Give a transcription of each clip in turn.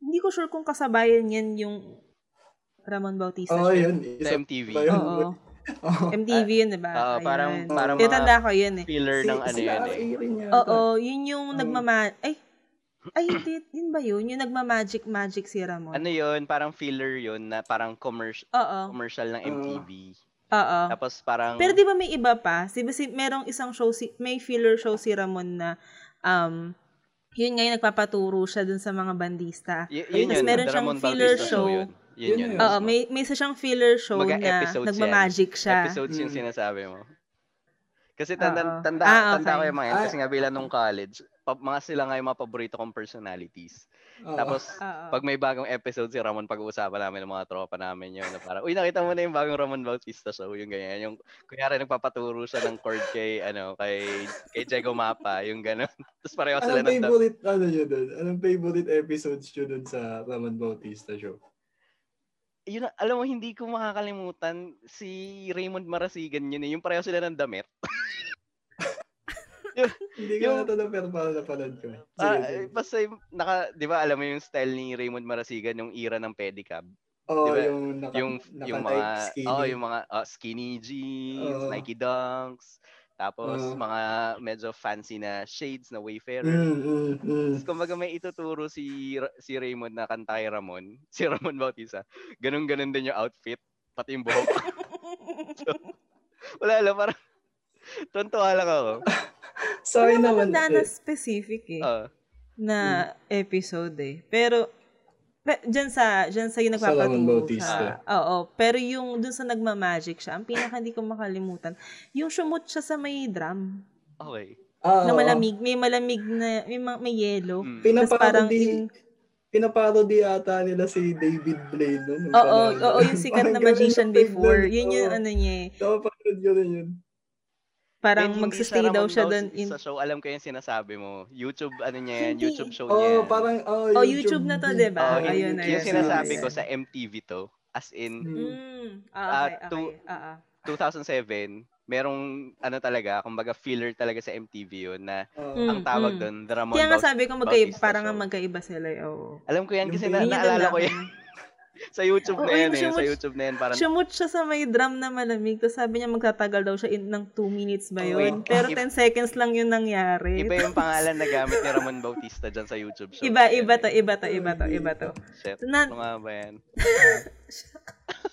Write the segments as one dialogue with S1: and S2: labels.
S1: hindi ko sure kung kasabayan yan yung Ramon Bautista.
S2: Oo, oh,
S1: show.
S2: yun.
S3: Sa
S2: Isa
S3: MTV.
S2: pa yun. Oh.
S1: Oo.
S2: Oo.
S1: MTV yun, diba?
S3: Oo,
S1: Ayun.
S3: parang- parang mga-
S1: Tinatanda ko yun eh.
S3: Pillar ng ano
S2: sila
S3: yun eh.
S2: RA rin yata.
S1: Oo, yun yung
S2: Oo.
S1: nagmama... Ay, ay, hindi. Yun ba yun? Yung nagmamagic-magic si Ramon.
S3: Ano yun, parang filler yun na parang commercial
S1: Oo,
S3: commercial ng
S2: Oo.
S3: MTV.
S1: oo.
S3: Tapos parang
S1: Pero di ba may iba pa? Si, si, merong isang show, si, may filler show si Ramon na, um, yun nga yung nagpapaturo siya dun sa mga bandista.
S3: Y-
S2: Ayun,
S3: yun
S2: tas
S3: yun,
S1: meron
S3: the
S1: siyang
S3: Ramon
S1: filler
S3: Bautista
S1: show.
S3: yun.
S2: Yun
S3: Yun yun.
S2: yun.
S1: Oo,
S3: mismo.
S1: may, may isa siyang filler show
S3: Kumbaga,
S1: na
S3: episodes
S1: nagmamagic siya.
S3: Episodes yung
S2: Mm.
S3: sinasabi mo. Kasi tanda,
S1: Oo.
S3: tanda,
S1: Ah,
S3: tanda ko
S1: okay.
S3: yung mga yan. Kasi
S2: Ah.
S3: nga bilang nung college, pa, mga sila nga yung mga paborito kong personalities.
S2: Oo.
S3: Tapos,
S1: Oo.
S3: pag may bagong episode si Ramon, pag-uusapan namin ng mga tropa namin yun. Na parang, uy, nakita mo na yung bagong Ramon Bautista show. Yung ganyan. Yung, kunyari, nagpapaturo siya ng chord kay, ano, kay, kay Jego Mapa. Yung gano'n. Tapos pareho
S2: Anong
S3: sila ng dab-
S2: favorite, ano yun dun? Anong favorite episodes yun dun sa Ramon Bautista show?
S3: Yun, ang- alam mo, hindi ko makakalimutan si Raymond Marasigan yun eh. Yung pareho sila ng damit.
S2: Hindi ko
S3: Yung-
S2: na ito na pero para napanood ko. eh. Sige,
S3: Ah,
S2: sige.
S3: eh, basta yung, naka, di ba alam mo yung style ni Raymond Marasigan, yung era ng pedicab.
S2: Oo,
S3: di ba,
S2: Oh, yung naka,
S3: yung,
S2: naka
S3: yung mga, oh, yung mga ah, skinny jeans,
S2: Oo.
S3: Nike Dunks, tapos
S2: Oo.
S3: mga medyo fancy na shades na Wayfarer.
S2: Mm, mm, mm.
S3: Tapos kumbaga may ituturo si Ra- si Raymond na kanta kay Ramon, si Ramon Bautista. Ganun-ganun din yung outfit, pati yung buhok. Wala lang, parang tuntua lang ako.
S2: Sa
S1: Wala
S2: akin
S1: naman
S2: naman, Mm.
S1: na
S2: eh,
S1: specific eh,
S3: Ah,
S1: na episode eh. Pero, pe, dyan sa, dyan sa yung
S2: Sa Ramon
S1: nagpapaturo
S2: Bautista.
S1: siya. Oo, pero yung dun sa nagmamagic siya, ang pinaka hindi ko makalimutan, yung sumot siya sa may drum.
S3: okay.
S2: ah,
S1: na
S2: oo.
S1: malamig. May malamig na, may, ma- may yelo.
S3: Mm.
S1: Tapos parang
S2: Pinaparody,
S1: in,
S2: pinaparody ata nila si David Blaine. No,
S1: oo,
S2: nung panahon.
S1: oo, yung sikat
S2: Parang
S1: na
S2: ganun
S1: magician
S2: yung tignan,
S1: before. Yun
S2: oo.
S1: yung ano niya eh.
S2: Napapanood ko rin yun.
S1: Parang
S3: Kahit hindi
S1: magsustay
S3: Ramon
S1: daw siya doon.
S3: Bautista show, alam ko yung sinasabi mo. YouTube, ano niya yan,
S1: Hindi.
S3: YouTube show
S2: Oo,
S3: niya yan.
S2: parang, oh,
S1: Oh, YouTube na to,
S2: din.
S1: diba?
S3: Oo,
S1: Ah,
S3: yun-
S1: ayun,
S3: yun,
S1: ayun,
S3: sinasabi
S1: ayun.
S3: ko sa MTV to. As in,
S2: Mm.
S1: Mm. Ah, okay,
S3: Ah,
S1: okay.
S3: two-
S1: Ah, ah.
S3: 2007, merong ano talaga, kumbaga filler talaga sa MTV yun na
S2: Oo.
S1: Mm.
S3: ang tawag doon, The Ramon
S1: Kaya nga
S3: Bautista.
S1: sabi ko, magkaiba,
S3: Bautista
S1: parang nga
S3: show.
S1: magkaiba sila. eh, Oo.
S3: Alam ko yan kasi
S2: Yung
S3: na,
S1: Yun yung
S3: naalala ko
S1: tanda
S3: yan. sa YouTube
S1: Oo,
S3: na
S1: yung
S3: yan eh. Sa
S1: sumus-
S3: YouTube na yan. Parang,
S1: Sumut siya sa may drum na malamig. Tapos sabi niya magtatagal daw siya in, ng 2 minutes ba yun?
S3: Oo, yun.
S1: Pero
S3: Oh, Iba-
S1: 10 seconds lang yun nangyari.
S3: iba yung pangalan na gamit ni Ramon Bautista dyan sa YouTube show.
S1: Iba,
S3: Yan
S1: iba
S3: eh.
S1: to, iba to, iba to, iba to.
S3: Shit.
S1: Na,
S3: Ano nga ba yan?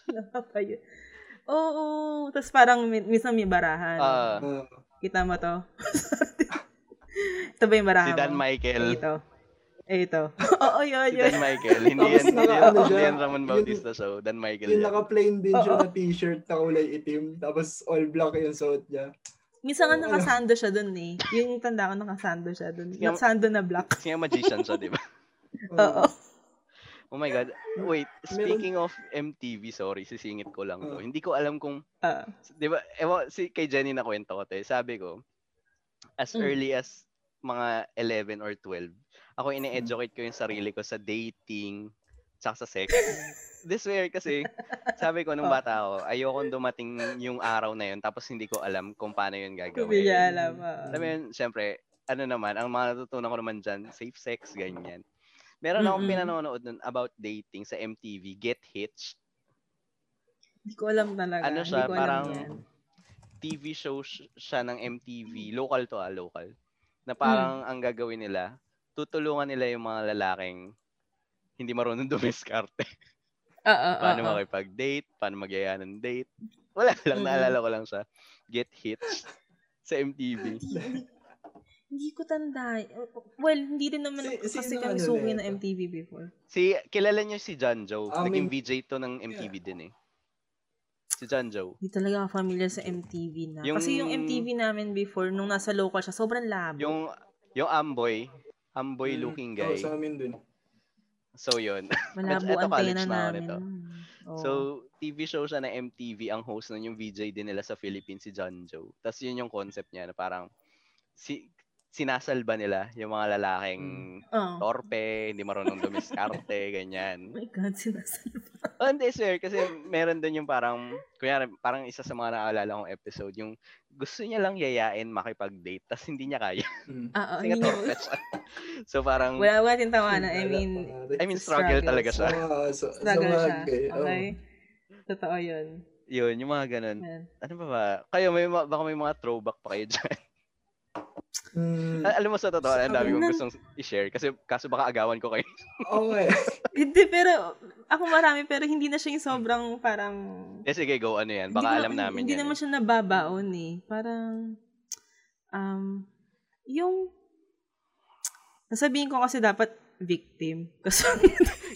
S1: Nakakaya. Oo. Tapos parang min- minsan may barahan.
S3: Ah,
S2: Oo.
S1: Kita mo to? ito ba yung barahan
S3: si Dan
S1: mo?
S3: Michael.
S1: Ito. Eh, Ito. Oo, yun,
S3: Si
S1: yun.
S3: Dan Michael. Hindi
S2: Tapos
S3: yan, hindi
S2: naka-
S3: yan,
S2: ano
S3: hindi
S2: siya,
S3: yan Ramon
S2: yun-
S3: Bautista show. Dan Michael
S2: Yung
S3: yan.
S2: naka-plain din siya
S1: Oo.
S2: na t-shirt na kulay itim, tapos all black yung suot niya.
S1: Minsan nga
S2: Oo, ano.
S1: nakasando siya dun eh. Yun yung tanda ko, nakasando siya dun.
S3: Sige,
S1: Nakasando na black.
S3: Kasi nga magician siya, di ba?
S1: Oo.
S3: Oh my God. Wait, speaking of MTV, sorry, sisingit ko lang
S2: Ah.
S3: to. Hindi ko alam kung,
S1: Oh. Ah.
S3: di ba, ewan, si, kay Jenny na kwento ko to eh. Sabi ko, as
S1: Mm.
S3: early as mga 11 or 12, ako ine-educate ko yung sarili ko sa dating, tsaka sa sex. This way kasi, sabi ko nung
S1: Oh.
S3: bata ako, ayokong dumating yung araw na yun, tapos hindi ko alam kung paano yun gagawin.
S1: Hindi niya alam. oo.
S3: Alam mo yun, syempre, ano naman, ang mga natutunan ko naman dyan, safe sex, ganyan. Meron akong
S1: Mm-mm.
S3: pinanonood nun about dating sa MTV, Get Hitched.
S1: Hindi ko alam talaga.
S3: Ano siya,
S1: Hindi ko alam
S3: parang-
S1: yan.
S3: TV show sh- siya ng MTV, local to ah, local. Na parang
S1: Mm.
S3: ang gagawin nila, tutulungan nila yung mga lalaking hindi marunong dumiskarte.
S1: Oo, oo,
S3: paano
S1: oo.
S3: makipag-date, paano magyaya ng date. Wala lang,
S1: Mm-mm.
S3: naalala ko lang siya. Get Hitched sa MTV.
S1: Hindi ko tanda. Well, hindi rin naman
S2: Si-
S1: kasi
S2: sino
S1: kami
S2: ano
S1: suki
S2: na
S1: na
S2: ito?
S1: MTV before.
S3: Si, kilala niyo si John Joe.
S2: Ah,
S3: Naging
S2: may-
S3: VJ to ng MTV din eh. Si John Joe.
S1: Hindi talaga ako familiar sa MTV na.
S3: Yung-
S1: Kasi yung MTV namin before, nung nasa local siya, sobrang labo.
S3: Yung yung amboy, amboy
S2: Mm-hmm.
S3: looking
S2: Oo,
S3: guy.
S2: sa amin din.
S3: So yun.
S1: Malabo ang
S3: eto, college
S1: antena
S3: na ako
S1: namin.
S3: nito.
S1: nun. Oo.
S3: So TV show siya na MTV ang host nun yung VJ din nila sa Philippines si John Joe. Tapos yun yung concept niya na parang si sinasalba nila yung mga lalaking
S1: Oo.
S2: Mm.
S3: oh. torpe, hindi marunong dumiskarte,
S1: Oh
S3: ganyan.
S1: my God, sinasalba.
S3: Oh, hindi, swear. Kasi meron din yung parang, kunyari, parang isa sa mga naaalala kong episode, yung gusto niya lang yayain makipag-date tas hindi niya kaya.
S1: Oo,
S2: Mm.
S3: Kasi
S1: hindi
S3: nga
S1: niya.
S3: torpe siya. so parang,
S1: Wala, wala tayong tawanan. ano, I
S2: Wala
S1: mean,
S2: pangarap.
S3: I mean, struggle,
S1: Struggle.
S3: talaga siya.
S2: Oo, so, so,
S1: struggle siya.
S2: bagay, oo.
S1: Okay? Totoo yun.
S3: Yun, yung mga ganun.
S1: Ayan.
S3: Ano ba ba? Kayo, may, ma- baka may mga throwback pa kayo dyan.
S2: Mm,
S3: Al- Alam mo sa totoo, ang
S1: Sabi
S3: dami kong
S1: na-
S3: gustong i-share. Kasi kaso baka agawan ko kayo.
S2: okay.
S1: Hindi, pero ako marami, pero hindi na siya yung sobrang parang...
S3: Eh, sige, go ano yan. Baka
S1: hindi ko-
S3: alam namin
S1: Hindi
S3: yan.
S1: naman
S3: eh.
S1: siya nababaon eh. Parang, um, yung, nasabihin ko kasi dapat victim. Kasi,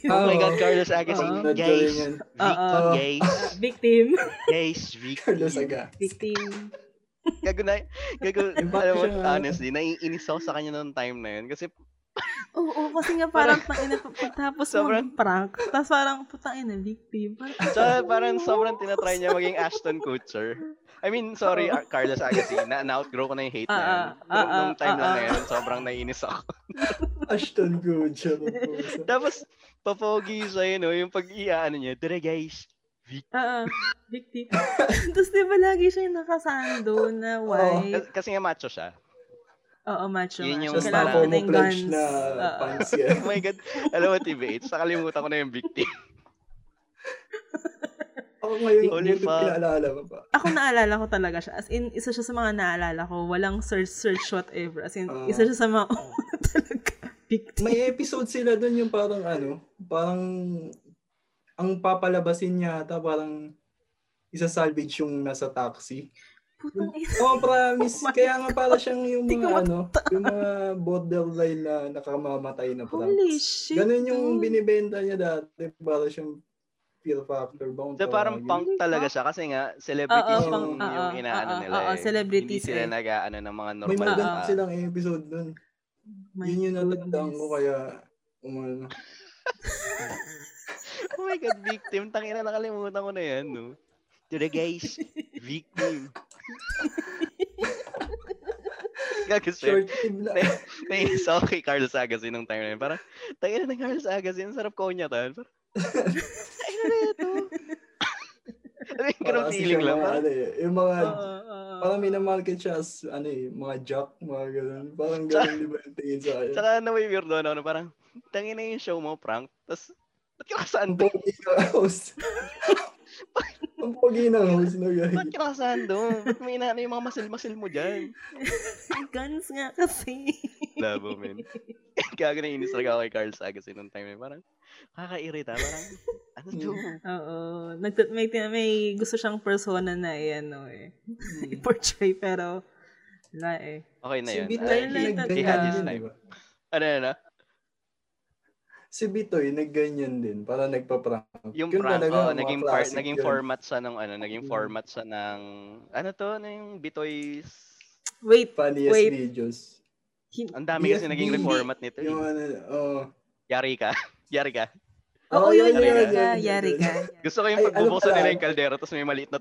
S3: Oh my
S2: Oo.
S3: God, Carlos Agasin.
S1: Oo.
S2: Sunod ko rin Ah,
S3: Guys,
S2: yan.
S1: Ah,
S3: Vicky,
S1: Oo.
S3: guys,
S1: victim.
S3: guys, Vicky.
S2: Carlos Aga.
S1: victim.
S3: Gago na, gago,
S2: Yung bakit
S3: alam mo,
S2: siya-
S3: honestly, naiinis ako sa kanya noong time na yun. Kasi,
S1: Oo, kasi nga parang, tangina, pagtapos
S3: Sobrang-
S1: mag-prank, tapos parang, putang ina, victim. Parang,
S3: so, parang sobrang tinatry niya maging Ashton Kutcher. I mean, sorry,
S1: Oo.
S3: Ar- Carlos Agasin, na, na-outgrow ko na yung hate na yun.
S1: Ah, ah,
S3: Nung- nung
S1: ah, ah,
S3: time lang na
S1: ah.
S3: yun, sobrang naiinis ako.
S2: Ashton Kutcher. ang puso.
S3: Tapos, papogi siya yun, no? yung pag-iaano niya, Tere guys,
S1: Oo, victim. tapos di ba lagi siya yung nakasando na
S3: Kas-
S1: white?
S3: kasi nga macho siya.
S1: Oo, macho.
S3: Yun yung
S1: macho. Kailangan na
S2: Tapos na
S3: Kilala ko
S2: mo
S1: yung
S2: pledge
S1: guns.
S2: na
S1: Oo.
S2: pants yan.
S3: Oh my God. Alam mo, TBH, nakalimutan ko na yung victim.
S2: Ako ngayon,
S3: Holy
S2: Holy
S3: fuck.
S2: pinaalala ko pa.
S1: ako naalala ko talaga siya. As in, isa siya sa mga naalala ko. Walang search, search whatever. As in,
S2: Ah.
S1: isa siya sa mga una talaga. Victim.
S2: May episode sila doon yung parang ano, parang ang papalabasin niya ata parang isasalvage yung nasa taxi.
S1: Putang ina.
S2: Oh, promise.
S1: Oh my
S2: Kaya nga para siyang yung
S1: Hindi
S2: mga
S1: ko
S2: ano, yung mga borderline na nakamamatay na
S1: Holy
S2: pranks.
S1: shit. oh
S2: Ganun yung
S1: dude.
S2: binibenta niya dati para siyang fear factor ba? kung
S3: So,
S2: tawagin.
S3: parang punk talaga siya kasi nga celebrities
S1: Oo,
S2: punk,
S3: yung,
S1: oo,
S3: yung inaano
S1: oo,
S3: nila.
S1: oo,
S3: eh.
S1: celebrities
S3: Hindi sila
S1: eh.
S3: nag-ano ng mga
S2: May
S3: normal
S1: maganda
S3: na
S2: magandang silang episode doon.
S1: My
S2: Yun yung natandaan ko
S1: goodness.
S2: kaya um, ano, umano.
S3: Oh my God, victim. Tangina, nakalimutan ko na yan, no? Tere guys, victim. Gago, sir.
S2: Short tip na.
S3: Nainis ako kay Carlos Agasin nung time na yun. Parang, tangina ng Carlos Agasin, sarap ko niya tal. Parang, tangina na ito. Ano yung ganun
S2: Para kasi
S3: feeling
S2: siyang
S3: lang?
S2: mga
S3: Parang,
S2: ano eh, Yung mga,
S1: Oo, oo.
S2: parang minamarket siya as, ano eh, mga jock, mga ganun. Parang ganun di ba yung tingin sa akin.
S3: Tsaka na may weirdo na ako na parang, tangin na yung show mo, prank. Tapos, ba't ka
S2: Ang
S3: nakasando?
S2: pogi ng host. Ang pogi ng host na guy.
S3: Ba't ka nakasando? Ba't may inaano yung mga masil-masil mo dyan?
S1: Guns nga kasi.
S3: Labo, man. Gago na inis talaga ako kay Carl Sagasin nung time na yun. Parang, kakairita. Parang, ano to?
S1: Oo. Nag- may, may gusto siyang persona na eh, ano eh.
S2: Hmm.
S1: I-portray, pero wala eh.
S3: Okay na
S2: Si
S3: yun.
S2: Bitoy
S3: Ah,
S1: like
S3: he-
S1: that
S3: he
S1: guy.
S2: nagganyan
S3: had his
S2: din,
S3: time.
S2: diba?
S3: Ano yun, ah?
S2: Si Bitoy nagganyan din. Parang nagpa-prank.
S3: Yung
S2: Yun
S3: prank,
S2: talaga,
S3: oh,
S2: mga
S3: naging, par-
S2: classic
S3: naging
S2: yun.
S3: format siya ng, ano, naging
S2: Mm.
S3: format siya ng, ano to, ano yung Bitoy,
S1: Wait,
S2: Funniest
S1: Wait.
S2: videos.
S1: hin-
S3: ang dami kasi
S2: BFB.
S3: naging reformat nito. eh.
S2: Yung ano, oh.
S3: Yari ka. Yari ka.
S1: Oo,
S2: Oh,
S1: yun,
S2: yun,
S1: yari
S3: yun,
S1: ka,
S2: yun,
S1: yari
S2: yun.
S1: ka.
S3: Gusto ko
S2: Ay,
S3: yung
S2: ano
S3: pagbubuksan
S2: pala?
S3: nila yung kaldero tapos may maliit na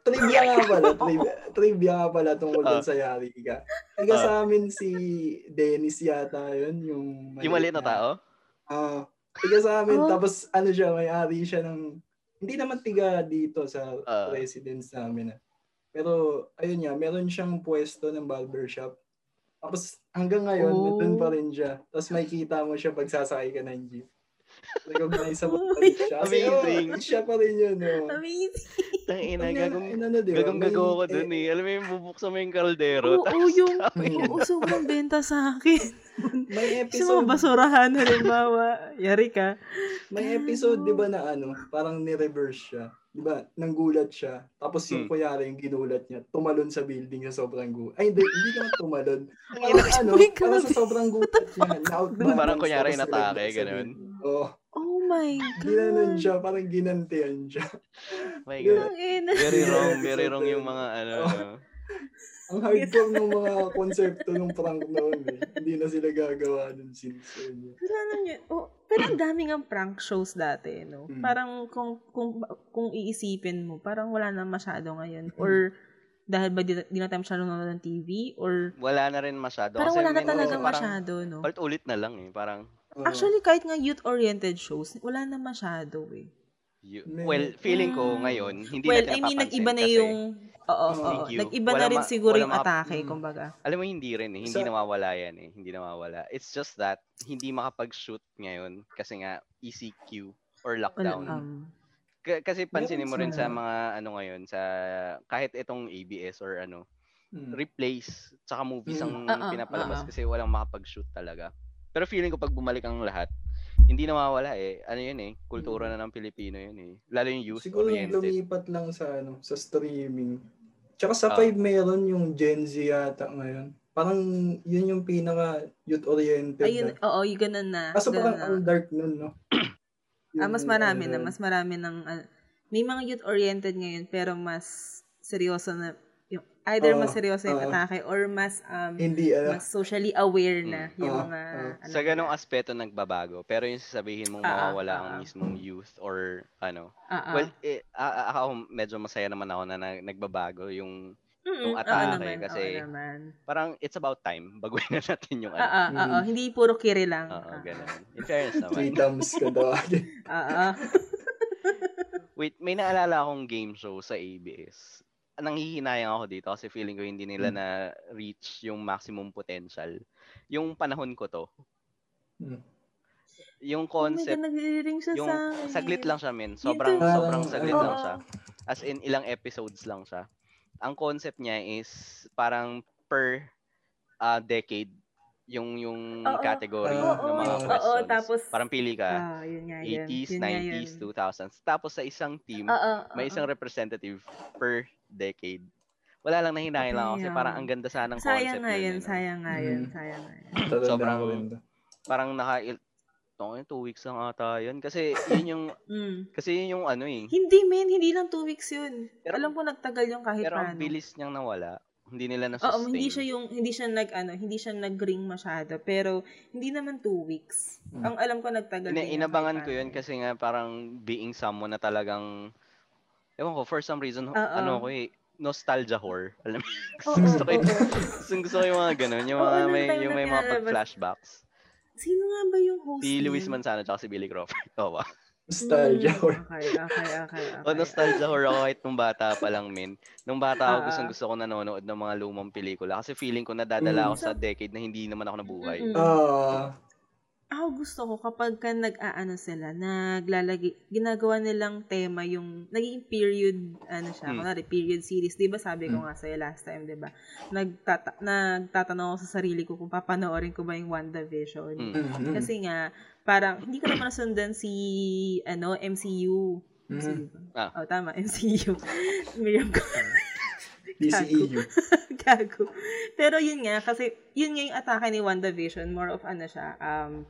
S2: Trivia nga pala, trivia, trivia nga pala tungkol dun
S3: Ah.
S2: sa yari ka. Taga
S3: Ah.
S2: sa amin si Dennis yata yun, yung
S3: Yung maliit na tao?
S2: Ah, tiga sa amin.
S1: Oh.
S2: Tapos ano siya, may-ari siya ng... Hindi naman tiga dito sa
S3: Ah.
S2: residence namin. ah. Pero ayun nga, meron siyang pwesto ng barbershop. Tapos hanggang ngayon,
S1: Oh.
S2: doon pa rin siya. Tapos makikita mo siya pag sasakay ka ng jeep. Recognize
S1: Oh
S2: mo
S1: my
S2: pa rin siya. Kasi, oh,
S3: Amazing.
S2: siya pa rin yun. Oh.
S1: Amazing.
S3: Tang ina, gagong,
S2: ano, di ba?
S3: gagong gago
S2: May-
S3: ako dun eh. Alam mo yung bubuksan mo yung kaldero.
S1: Oo,
S3: tapos
S1: yung,
S2: May,
S1: oo, sobrang benta sa akin. Sa
S2: may
S1: mga
S2: episode,
S1: basurahan, halimbawa, yari ka.
S2: may episode di ba na ano, parang ni-reverse siya. Di ba, nanggulat siya. Tapos yung
S3: Hmm.
S2: kuya yung ginulat niya, tumalon sa building sa sobrang gulat. Ay, hindi, hindi naman tumalon.
S3: Tang ina,
S2: Parang ano,
S1: my God.
S2: parang sa sobrang gulat niya. Na-out
S1: Dude,
S3: parang
S2: balance,
S3: kunyari
S2: tapos
S3: natake,
S2: nilaglag sa
S3: ganun.
S2: building. Oo.
S1: Oh my
S2: Ginanon
S1: God.
S2: siya, parang ginantian siya.
S3: my
S2: Yeah.
S3: God.
S1: Ang ina.
S3: Very
S2: Yeah.
S3: wrong, very wrong yung mga ano.
S2: Oh.
S3: ano.
S2: Ang hardcore ng mga konsepto ng prank noon eh. Hindi na sila gagawa nun since yun.
S1: Wala na yun. Oh, pero ang daming ang prank shows dati, no?
S2: Mm.
S1: Parang kung, kung, kung iisipin mo, parang wala na masyado ngayon.
S3: Mm.
S1: Or dahil ba di, di na tayo masyado nanonood ng TV? Or
S3: Wala na rin masyado.
S1: parang
S3: kasi
S1: wala na
S3: may-
S1: talaga
S3: parang
S1: masyado, no?
S3: Ulit-ulit na lang eh. Parang,
S2: Oo.
S1: Actually, kahit nga youth-oriented shows, wala na masyado eh.
S3: you-
S2: May-
S3: well, feeling ko
S1: Mm.
S3: ngayon, hindi
S1: well,
S3: na
S1: I mean,
S3: pinapapansin
S1: nag-iba na
S3: kasi Mm,
S1: yung... Oo,
S2: Thank
S1: oo.
S3: you.
S1: Nag-iba na
S3: Walang
S1: rin
S3: ma-
S1: siguro
S3: walang
S1: yung
S3: maka-
S1: atake,
S2: Mm.
S1: kumbaga.
S3: Alam mo, hindi rin eh. Hindi
S2: Sa-
S3: nawawala yan eh. Hindi nawawala. It's just that, hindi makapag-shoot ngayon kasi nga ECQ or
S1: Wala,
S3: lockdown.
S1: um,
S3: K- kasi pansinin mo rin sa
S2: sana.
S3: mga ano ngayon, sa kahit itong ABS or ano,
S2: Mm.
S3: replace tsaka movies
S2: Mm.
S3: ang
S1: Ah, ah,
S3: pinapalabas
S1: ah, ah.
S3: kasi walang makapag-shoot talaga. Pero feeling ko pag bumalik ang lahat, hindi nawawala eh. Ano yun eh,
S2: Mm.
S3: kultura na ng Pilipino yun eh. Lalo yung
S2: Siguro
S3: youth-oriented.
S2: lumipat lang sa ano, sa streaming. Tsaka sa
S3: Ah.
S2: 5 meron yung Gen Z yata ngayon. Parang yun yung pinaka youth oriented.
S1: ayun, oo, yung ganun na.
S2: Kaso
S1: ganun
S2: parang
S1: na.
S2: ang dark nun, no?
S1: Ah, mas marami
S2: Yung,
S1: na,
S2: ano,
S1: mas marami ng, ah, may mga youth-oriented ngayon, pero mas seryoso na, yung, either
S2: Oo,
S1: mas seryoso yung
S2: oo.
S1: atake, or mas, um,
S2: Hindi, ano.
S1: mas socially aware na
S3: Mm.
S1: yung
S2: Oo,
S1: mga,
S2: oo.
S1: ano
S3: Sa ganong
S1: nila.
S3: aspeto nagbabago. Pero yung sasabihin
S1: Ah,
S3: mong
S1: ah,
S3: mawawala
S1: ah,
S3: ang
S1: ah.
S3: mismong youth or ano.
S1: Ah, ah.
S3: Well, eh, a- a- ako medyo masaya naman ako na, na nagbabago yung
S1: Mm-mm,
S3: yung
S1: oo
S3: atake,
S1: naman,
S3: kasi
S1: oo naman.
S3: parang it's about time baguhin na natin yung
S1: Ah,
S3: ano.
S1: ah, ah,
S2: mm.
S1: ah, hindi puro kiri lang.
S3: Oo,
S1: Ah,
S3: ganun. In fairness
S2: Three
S3: naman.
S2: thumbs ka daw.
S1: ah, ah.
S3: Wait, may naalala akong game show sa ABS. Nanghihinayang ako dito kasi feeling ko hindi nila
S2: Hmm.
S3: na reach yung maximum potential. Yung panahon ko to.
S2: Hmm.
S3: Yung
S1: Oh
S3: concept,
S1: my God, nagre-ring siya
S3: yung
S1: sa akin.
S3: saglit lang siya, men.
S1: Yun
S3: Sobrang,
S1: to.
S3: sobrang
S2: Parang,
S3: saglit
S2: ano.
S3: lang siya. As in, ilang episodes lang siya. Ang concept niya is parang per ah, decade yung yung
S1: Oo.
S3: category
S1: Oo,
S2: Oo,
S3: ng mga
S2: oo,
S3: questions.
S1: tapos-
S3: parang pili ka.
S1: Ah, yun nga yun.
S3: 80s,
S1: Yun nga yun.
S3: 90s, 2000s. Tapos sa isang team,
S1: Ah, ah, ah,
S3: may isang
S1: ah.
S3: representative per decade. Wala lang nahinahin lang ako kasi
S1: Damn.
S3: parang ang ganda sana ng
S1: Sayang
S3: concept
S1: nga
S3: nun,
S1: yun,
S3: eh, no?
S1: sayang nga yun,
S2: Mm.
S1: sayang nga yun.
S2: Sobrang.
S3: Sobrang- Parang naka Tong, eh, two weeks lang ata yun. Kasi yun yung,
S1: Mm.
S3: kasi yun yung ano eh.
S1: Hindi, men. Hindi lang two weeks yun.
S3: Pero-
S1: Alam ko nagtagal yung kahit
S3: Pero ang
S1: paano.
S3: bilis niyang nawala. Hindi nila na-sustain.
S1: ano? Oo, hindi siya yung hindi siya nag ano, hindi siya nag-ring masyado, pero hindi naman two weeks.
S2: Mm.
S1: Ang alam ko nagtagal
S3: Hmm. Ina-
S1: din yung
S3: inabangan
S1: kahit
S3: ko yun
S1: paano.
S3: kasi nga parang being someone na talagang, ewan ko, for some reason,
S1: Oo.
S3: ano ko eh, nostalgia whore. Alam mo,
S1: Oo,
S3: gusto ko
S1: oo,
S3: yung,
S1: oo.
S3: gusto ko yung mga ganun, yung
S1: Oo,
S3: mga
S1: nung
S3: may,
S1: time
S3: yung
S1: na
S3: may mga
S1: pinalabas.
S3: pag-flashbacks.
S1: Sino nga ba yung host?
S3: Si Luis
S1: nun?
S3: Manzano at si Billy Crawford. Oo ba?
S2: Nostalgia
S1: Mm,
S2: or
S1: Okay, okay, okay. okay.
S3: O Oh, nostalgia horror ako kahit nung bata pa lang, min. Nung bata ako,
S1: Ah,
S3: gustong
S1: ah.
S3: gusto ko nanonood ng mga lumang pelikula. Kasi feeling ko nadadala
S2: Mm.
S3: ako sa decade na hindi naman ako nabuhay.
S1: Mm-mm.
S2: Ah,
S1: Ako gusto ko kapag ka nag-aano sila, naglalagay, ginagawa nilang tema yung, nagiging period, ano siya,
S3: Hmm.
S1: kunwari period series. Di ba sabi ko
S2: Hmm.
S1: nga sa'yo last time, di ba? Nagtata- nagtatanong ako sa sarili ko kung papanoorin ko ba yung WandaVision.
S3: Mm.
S2: mm-mm.
S1: Kasi nga, parang, hindi ko naman nasundan si, ano, MCU.
S2: Mm,
S1: MCU ba?
S3: Ah.
S1: Oh, tama, MCU. Miriam ko.
S2: DCEU.
S1: Gago. Pero yun nga, kasi yun nga yung atake ni WandaVision, more of ano siya, um,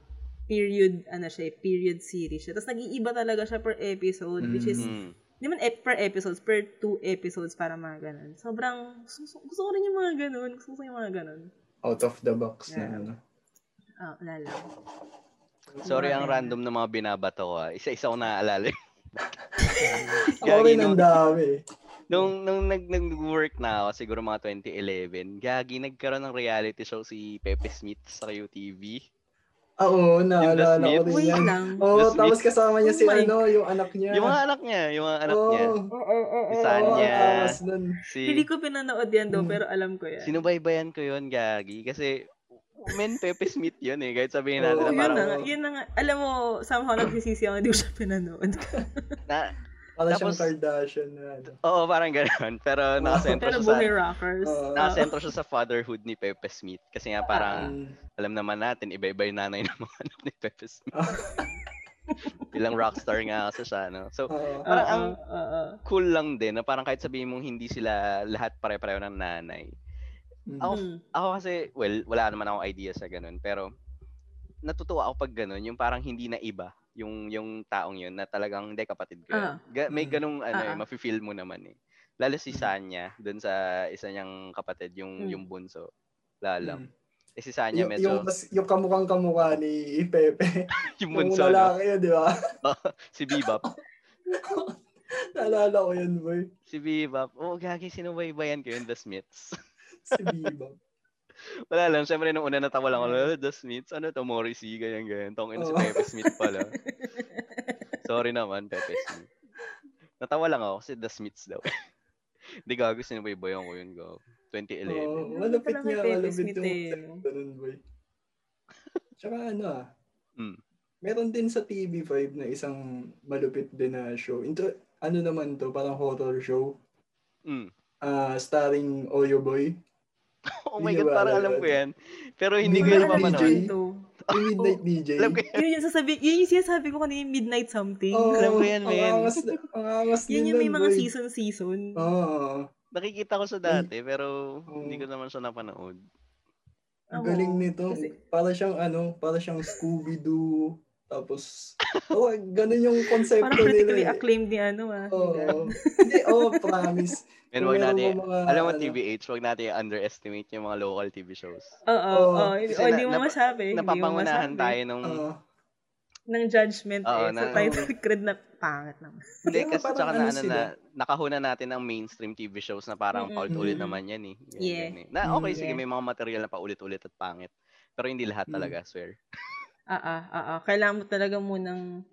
S1: period, ano siya, eh, period series siya. Tapos nag-iiba talaga siya per episode, which is,
S3: Mm.
S1: di man ep- per episodes, per two episodes, para mga ganun. Sobrang, gusto, gusto- gusto ko rin yung mga ganun. Gusto ko yung mga ganun.
S2: Out of the box na
S1: Yeah.
S2: ano.
S1: Oh, wala lang.
S3: Sorry ang random ng mga binabato ko. ah. Isa-isa ko naaalala.
S2: Ako rin
S3: nung,
S2: ang dami.
S3: nung, nung nag, nag-work na ako, siguro mga 2011, Gagi, nagkaroon ng reality show si Pepe Smith sa QTV.
S2: Ah, Oo, naalala ko
S3: Smiths.
S2: rin
S1: Wait
S2: yan.
S1: lang.
S2: Oo,
S3: The
S2: tapos
S3: Smiths.
S2: kasama niya si
S1: Oh my
S2: ano, yung anak niya.
S3: Yung mga anak niya, yung mga anak niya.
S1: Oo, oo, oo,
S3: Si
S1: oo.
S2: Oo, ang
S3: Tanya.
S2: tawas nun.
S3: Si,
S1: Hindi ko pinanood yan daw,
S2: Hmm.
S1: pero alam ko yan.
S3: sinubaybayan ko yun, Gagi. Kasi, men, Pepe Smith yun eh. Kahit sabihin
S2: Oo,
S3: natin
S1: Oo,
S3: na
S1: yun ah.
S3: parang, oh.
S1: na nga. Yun na nga. Alam mo, somehow nagsisisi ako, hindi ko siya pinanood.
S3: na,
S2: Para siyang
S3: Tapos-
S2: Kardashian na ano.
S3: oo, parang gano'n. Pero nakasentro
S1: Pero
S3: siya sa,
S1: buhay ah. rockers.
S2: Oo.
S3: nakasentro siya sa fatherhood ni Pepe Smith. Kasi nga parang,
S2: Mm.
S1: Ah.
S3: alam naman natin, iba-iba yung nanay ng mga anak ni Pepe Smith.
S2: Ah.
S3: Bilang rockstar nga kasi siya, no? So,
S2: Oo.
S3: Parang ang-
S1: Oo, oo.
S3: cool lang din na parang kahit sabihin mong hindi sila lahat pare-pareho ng nanay.
S2: Mm.
S3: Ako,
S1: Mm.
S3: ako kasi, well, wala naman akong idea sa ganun. Pero, natutuwa ako pag ganun, yung parang hindi na iba yung yung taong yun na talagang hindi kapatid ko. yan."
S1: Ah.
S3: Ga-
S2: Mm.
S3: may ganung ano
S1: Ah,
S3: eh,
S1: ah.
S3: mafe-feel mo naman eh. Lalo si
S2: Mm.
S3: Sanya doon sa isa niyang kapatid, yung
S1: Mm.
S3: yung bunso.
S2: Mm.
S3: Lalang. Eh si Sanya
S2: Yung,
S3: medyo
S2: yung,
S3: yung,
S2: kas- yung kamukhang kamukha ni Pepe. yung
S3: bunso, no?
S2: lalaki yun, di ba?
S3: si Bebop.
S2: Naalala ko yun, boy.
S3: Si Bebop. Oo, gagi sinubaybayan ko yun, The Smiths.
S2: Si Biba.
S3: Wala lang, syempre nung una natawa lang
S2: Mm.
S3: ako, "Ah, The Smiths, ano to, Morrissey, ganyan, ganyan. Tong ina si
S2: Oo.
S3: Pepe Smith pala. Sorry naman, Pepe Smith. Natawa lang ako kasi The Smiths daw. Hindi gago, sinubaybayan ko yun, go.
S1: Ano
S3: 2011.
S2: Oo, malapit
S1: Talaga
S2: niya,
S1: kay Will
S2: malapit
S1: Smith
S2: yung
S1: eh, no?
S2: ganun, boy. Tsaka ano ah,
S3: Mm.
S2: meron din sa TV5 na isang malupit din na show. Into, ano naman to, parang horror show.
S3: Mm.
S2: ah starring Oyo Boy.
S3: Oh my
S2: Hindi
S3: God,
S2: ba
S3: parang
S2: alam
S3: alam ko
S2: yun?
S3: yan. Pero hindi
S2: Hindi
S3: ko yun
S2: ba alam yun,
S3: mapapanood.
S2: Jay? Yung Midnight DJ.
S3: Alam ko yan.
S1: Yun yung sasabi, yun yung sinasabi ko kanina, yung midnight something.
S2: Oo,
S3: alam ko yan,
S2: ang
S3: men.
S2: angas na- Ang angas
S1: yun
S2: din
S1: yung may
S2: nun,
S1: mga
S2: boy.
S1: season-season.
S2: Oo. oo.
S3: Nakikita ko sa
S2: Mm.
S3: dati, pero
S2: Oo.
S3: hindi ko naman siya napanood.
S2: Ang
S1: Ako,
S2: galing nito.
S1: kasi-
S2: Para siyang ano, para siyang Scooby-Doo. Tapos, oh, ganun yung konsepto
S1: Parang critically
S2: nila. eh.
S1: acclaimed ni ano ah. ni
S2: Oo.
S1: Dad.
S2: Hindi, oh, promise. Kung
S3: Men, wag
S2: meron
S3: natin,
S2: mo mga,
S3: alam mo
S2: ano,
S3: TVH, wag natin underestimate yung mga local TV shows.
S1: Oo, oo.
S2: Oo.
S3: Kasi
S1: O, hindi
S3: na-
S1: mo
S3: napa-
S1: masabi. hindi mo
S3: Napapangunahan
S1: masabi.
S3: tayo nung...
S2: oo.
S1: Ng judgment
S3: Oo,
S1: eh. Sa
S3: na-
S1: title cred na pangit naman.
S3: Hindi,
S2: Kaya
S3: kasi
S2: parang
S3: tsaka
S2: ano
S3: na, ano
S2: sila?
S3: na, nakahuna natin ang mainstream TV shows na parang
S1: Mm-mm.
S3: paulit-ulit
S2: Mm-mm.
S3: naman yan eh. Yan,
S1: Yeah.
S3: yan eh. Na, okay,
S2: Mm,
S3: sige,
S1: yeah.
S3: may mga material na paulit-ulit at pangit. Pero hindi lahat
S2: Mm.
S3: talaga, swear.
S1: Oo, oo. Kailangan mo talaga munang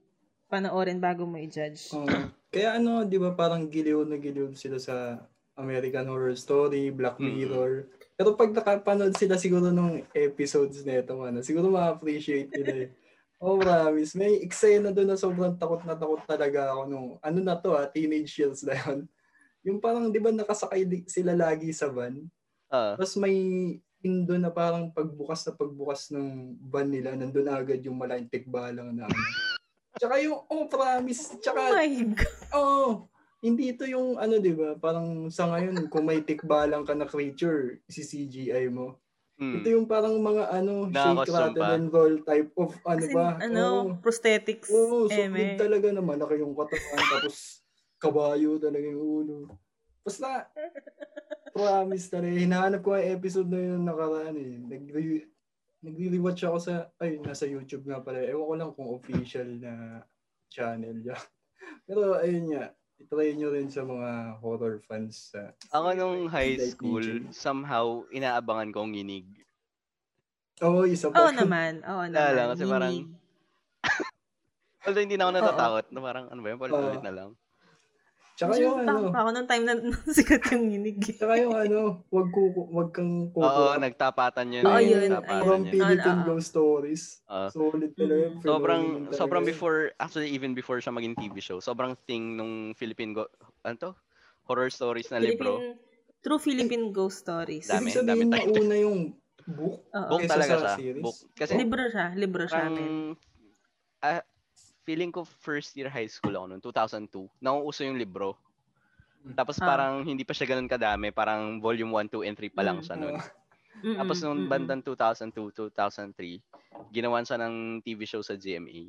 S1: panoorin bago mo i-judge.
S2: Oo. Kaya ano, di ba parang giliw na giliw sila sa American Horror Story, Black
S3: Mm.
S2: Mirror. Pero pag nakapanood sila siguro ng episodes na ito, ano, siguro ma-appreciate nila eh. Oh, promise. May eksena doon na sobrang takot na takot talaga ako nung, ano na to ah, teenage years na yun. Yung parang, di ba nakasakay di- sila lagi sa van?
S3: Ah,
S2: Tapos may indo na parang pagbukas na pagbukas ng van nila, nandun na agad yung malaking tikbalang na ano. Tsaka yung, oh, promise. Tsaka,
S1: Oh my God.
S2: Oo. Oh, Hindi ito yung ano, 'di ba? Parang sa ngayon kung may tikbalang ka na creature, si CGI mo.
S3: mm.
S2: Ito yung parang mga ano, shake,
S3: Nakakasumpa.
S2: rattle, and roll type of ano
S1: Kasi,
S2: ba?
S1: ano, prosthetics.
S2: Oo, oh,
S1: eme.
S2: talaga na malaki yung katawan tapos kabayo talaga yung ulo. Basta promise talaga. Hinahanap ko ang episode na yun nakaraan eh. Nag- Nagre-rewatch ako sa, ay, nasa YouTube nga pala. Ewan ko lang kung official na channel niya. Pero ayun nga, itry nyo rin sa mga horror fans. sa
S3: Ako nung high
S2: Midnight
S3: school,
S2: Legion.
S3: somehow, inaabangan ko ang nginig.
S2: Oo, oh,
S1: Oo
S2: isa pa.
S1: naman. Oo naman.
S3: lang, kasi parang-
S1: Hindi.
S3: Although hindi na ako natatakot. Na parang, ano ba yun, paulit-ulit
S2: Oo.
S3: na lang.
S2: Tsaka
S1: Medyo
S2: yung
S1: natakot pa
S2: ano,
S1: ako nung time na sikat yung nginig. eh.
S2: tsaka yung ano, wag, kuku, wag kang kuku.
S3: Oo, nagtapatan yun.
S1: Oo,
S3: eh,
S1: yun,
S3: nagtapatan
S1: ayun.
S2: From
S3: yun.
S2: Philippine
S1: Ah, ah.
S2: Ghost Stories.
S3: Ah.
S2: Solid talaga. yun.
S3: Sobrang
S2: Phenomenon talaga
S3: sobrang
S2: yun.
S3: before actually even before siya maging TV show. Sobrang thing nung Philippine go, ano to? Horror stories na libro.
S1: Philippine, true Philippine ghost stories.
S3: Dami.
S2: Ibig sabihin
S3: dami
S2: na una yung book.
S1: Oo.
S3: Book
S2: Kesa
S3: talaga
S2: sa
S3: siya.
S2: series?
S3: Book. Kasi
S1: Libro siya. Libro siya. men.
S3: parang ah, feeling ko first year high school ako noon, 2002. Nauuso yung libro. Tapos
S1: Ah.
S3: parang hindi pa siya ganun kadami, parang volume 1, 2, and 3 pa lang
S1: Mm.
S3: siya noon.
S2: Ah,
S1: Mm-mm,
S3: Tapos
S1: mm-mm.
S3: nung bandang 2002, 2003, ginawan siya ng TV show sa GMA.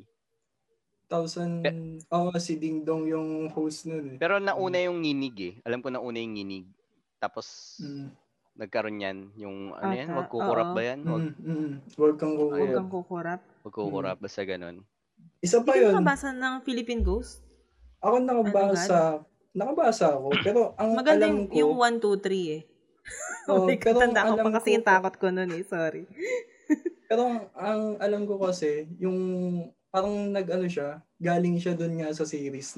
S2: 2000, oh, si Ding Dong yung host nun eh.
S3: Pero
S1: Hmm.
S3: nauna yung nginig eh. Alam ko nauna yung nginig. Tapos
S2: Mm,
S3: nagkaroon yan yung ano yan,
S1: Ata,
S3: wag kukurap
S1: Hmm. Ah, oo. Hmm.
S3: ba yan? Wag,
S2: mm, mm. Huwag kang
S1: Huwag
S2: kukuha.
S1: kang kukurap.
S3: wag kukurap, basta ganun.
S2: Isa
S1: Hindi ka
S2: pa Ano yun.
S1: nakabasa ng Philippine Ghost?
S2: Ako nakabasa. Nakabasa ako. Pero ang
S1: Maganda yung,
S2: alam ko,
S1: Ano yung 1, 2, 3 eh. Oh,
S2: Oo,
S1: my
S2: pero
S1: God, tanda ko
S2: ang alam
S1: pa kasi
S2: ko-
S1: yung takot ko nun eh. Sorry.
S2: pero ang, ang alam ko kasi, yung parang nag-ano siya, galing siya dun nga sa series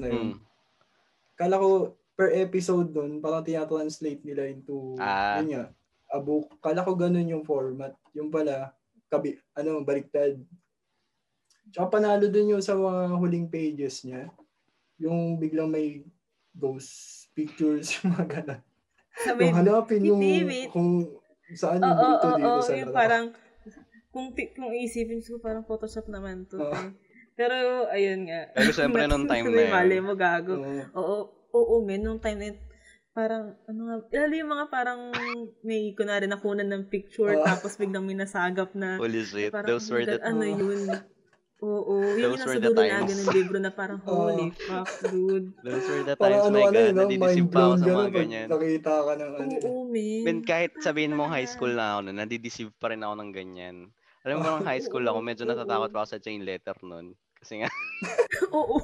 S1: Hmm.
S2: na yun.
S3: Mm.
S2: Kala ko per episode dun, parang tinatranslate nila into,
S3: Ah.
S2: yun nga, a book. Kala ko ganun yung format. Yung pala, kabi, ano, baliktad. Tsaka panalo dun yung sa mga huling pages niya. Yung biglang may ghost pictures, yung mga ganun.
S1: Sabi,
S2: Yung hanapin yung,
S1: Hindi, wait.
S2: kung
S1: oo,
S2: saan yung
S1: oo,
S2: dito, dito,
S1: oo,
S2: sa
S1: yung
S2: laro.
S1: parang, kung, ti- kung isipin ko, parang Photoshop naman to.
S2: Oo.
S1: eh. Pero, ayun nga.
S3: Pero syempre, nung time na
S1: May
S3: yun.
S1: Mali mo, gago.
S2: Oo.
S1: Oo, oo, men, nung time na yun, parang, ano nga, lalo yung mga parang may kunwari nakunan ng picture,
S2: Oo.
S1: tapos biglang minasagap na,
S3: Holy shit,
S1: parang,
S3: those
S1: oh my
S3: were the...
S1: God, ano
S2: Oo.
S1: yun? Oo, yun
S3: Those
S1: yung nasa
S3: were the
S1: dudulagan
S3: times.
S1: ng libro na parang, holy
S2: Oo.
S1: fuck, dude.
S3: Those were the
S2: Parang
S3: times,
S2: ano,
S3: my
S2: ano,
S3: God.
S2: yun, no?
S3: Nadidisip
S2: mind
S3: pa ako
S2: blown
S3: sa
S2: ka na
S3: mga
S2: pag
S3: ganyan.
S2: nakita ka ng ano.
S1: Oo, men.
S3: Even kahit sabihin mo high
S1: talaga.
S3: school na ako nun, nadideceive pa rin ako ng ganyan. Alam mo, nung high school ako, medyo
S1: Oo,
S3: natatakot pa ako sa chain letter nun. Kasi nga,
S1: Oo.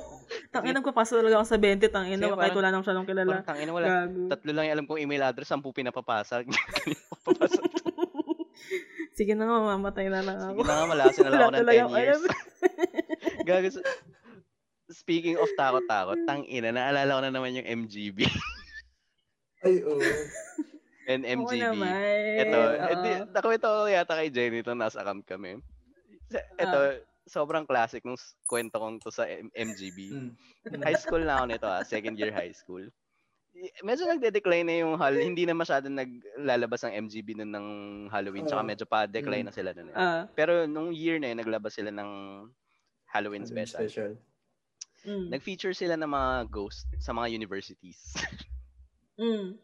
S1: Tangin ang papasok talaga ako sa 20. Tangin na,
S3: Kasi
S1: kahit
S3: parang-
S1: wala nang siya nung kilala.
S3: parang tangin wala.
S1: Gago.
S3: Tatlo lang yung alam kong email address, sampu pinapapasa. Ganyan ko papasa.
S1: Sige na nga, mamatay na lang ako.
S3: Sige na nga, malasin na lang ako
S1: Wala
S3: ng
S1: talaga
S3: 10 years.
S1: alam.
S3: Gago. sa- Speaking of takot-takot, tangina, naalala ko na naman yung MGB.
S2: Ay, oo.
S3: And
S1: Oo
S3: MGB.
S1: naman.
S3: Ito,
S1: Oo.
S3: edi, eh, nakwento ko yata kay Jenny itong nasa camp kami. Sa- Ito, sobrang classic nung s- kwento kong to sa M- MGB.
S2: Mm.
S3: High school na ako nito ah, second year high school. Y- Medyo nagde-decline na yung hall. Hindi na masyado naglalabas ang MGB nun ng Halloween. Tsaka
S2: Oo.
S3: medyo pa-decline
S2: Mm.
S3: na sila nun. eh.
S1: Ah,
S3: Pero nung year na yun, naglabas sila ng Halloween special.
S1: mm,
S3: Nag-feature sila ng mga ghost sa mga universities.
S1: mm.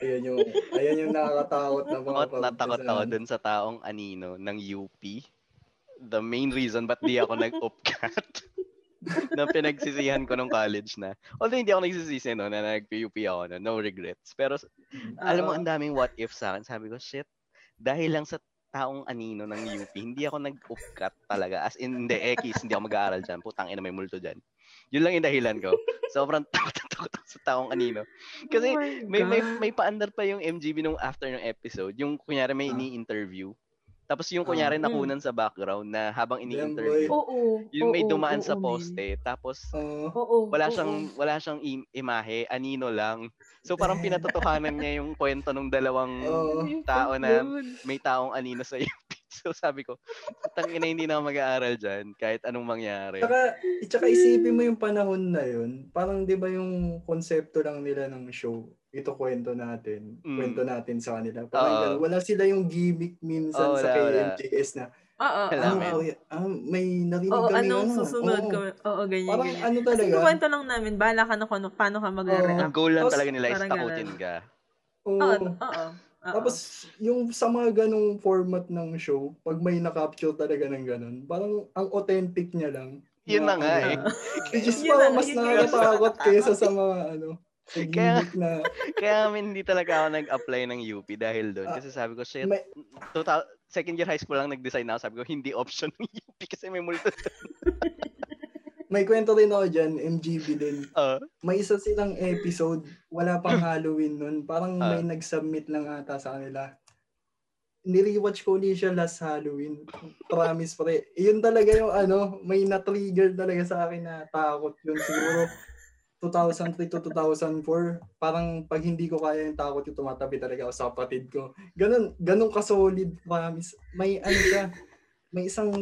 S2: Ayan yung, ayan yung nakakatakot na mga
S3: Takot na takot ako
S2: pagpisahan.
S3: dun sa taong anino ng UP. The main reason ba't di ako nag-upcat na pinagsisihan ko nung college na. Although hindi ako nagsisisi no, na nag-UP ako no, no regrets. Pero s- alam mo,
S1: Oo.
S3: ang daming what if sa akin. Sabi ko, shit, dahil lang sa taong anino ng UP, hindi ako nag-upcat talaga. As in, hindi, ekis, hindi ako mag-aaral dyan. Putang ina, may multo dyan. Yun lang yung dahilan ko. Sobrang takot na takot ako sa taong anino. Kasi
S1: Oh my
S3: may may
S1: God.
S3: may paandar pa yung MGB nung after ng episode, yung kunyari may
S2: Ah.
S3: ini-interview. Tapos yung
S2: Ah.
S3: kunyari
S1: Mm.
S3: nakunan sa background na habang
S2: Damn,
S3: ini-interview,
S2: boy.
S1: Oo.
S3: yung may
S1: oo,
S3: dumaan
S1: oo,
S3: sa
S1: men.
S3: poste, tapos
S2: Oo.
S1: Oo.
S3: wala
S1: oo.
S3: siyang wala siyang im- imahe, anino lang. So parang
S2: Damn.
S3: pinatotohanan niya yung kwento ng dalawang
S2: Oo.
S3: tao na may taong anino sa iyo. So sabi ko, putang ina hindi na ako mag-aaral diyan kahit anong mangyari.
S2: Tsaka, tsaka isipin mo yung panahon na yun, parang di ba yung konsepto lang nila ng show, ito kwento natin,
S3: Mm.
S2: kwento natin sa kanila.
S3: Oo.
S2: Parang ganun. wala sila yung gimmick minsan
S3: Oo,
S2: sa
S3: wala, wala.
S2: KMJS na,
S1: Oo. oo.
S3: Wala,
S2: ano,
S3: men.
S2: kuya, ah, may narinig
S1: Oo,
S2: kami.
S1: anong
S2: ano,
S1: susunod
S2: oo.
S1: ko? Oo, ganyan,
S2: Parang
S1: ganyan.
S2: ano
S1: Kasi
S2: talaga.
S1: kwento lang namin, bahala ka na kung ano, paano ka
S3: Ang
S1: mag-react.
S3: goal lang
S2: Tapos,
S3: talaga nila is
S1: parang
S3: takutin
S1: ganun.
S3: ka.
S2: Oo.
S1: Oo, oo, oo.
S2: Tapos, yung sa mga ganong format ng show, pag may na-capture talaga ng ganon, parang ang authentic niya lang. ano
S3: Yun na nga eh.
S2: Which is
S1: Yun
S2: parang
S1: na-
S2: mas
S1: yun yung
S2: nakakatakot
S1: nakakatakot.
S2: kaysa sa mga ano, sa
S3: Kaya-
S2: gimmick na
S3: Kaya kami hindi talaga ako nag-apply ng UP dahil doon. Kasi sabi ko, shit,
S2: may-
S3: total, second year high school lang nag-design ako. Sabi ko, hindi option ng UP kasi may multo.
S2: May kwento rin ako dyan, MGB din.
S3: Ah,
S2: May isa silang episode, wala pang Halloween nun. Parang
S3: Ah.
S2: may nag-submit lang ata sa kanila. Nirewatch ko ulit siya last Halloween. Promise pre. Yun talaga yung ano, may na-trigger talaga sa akin na takot yun. Siguro 2003 to 2004, parang pag hindi ko kaya yung takot yung tumatabi talaga ako sa kapatid ko. Ganun, ganun ka-solid, promise. May ano siya, may isang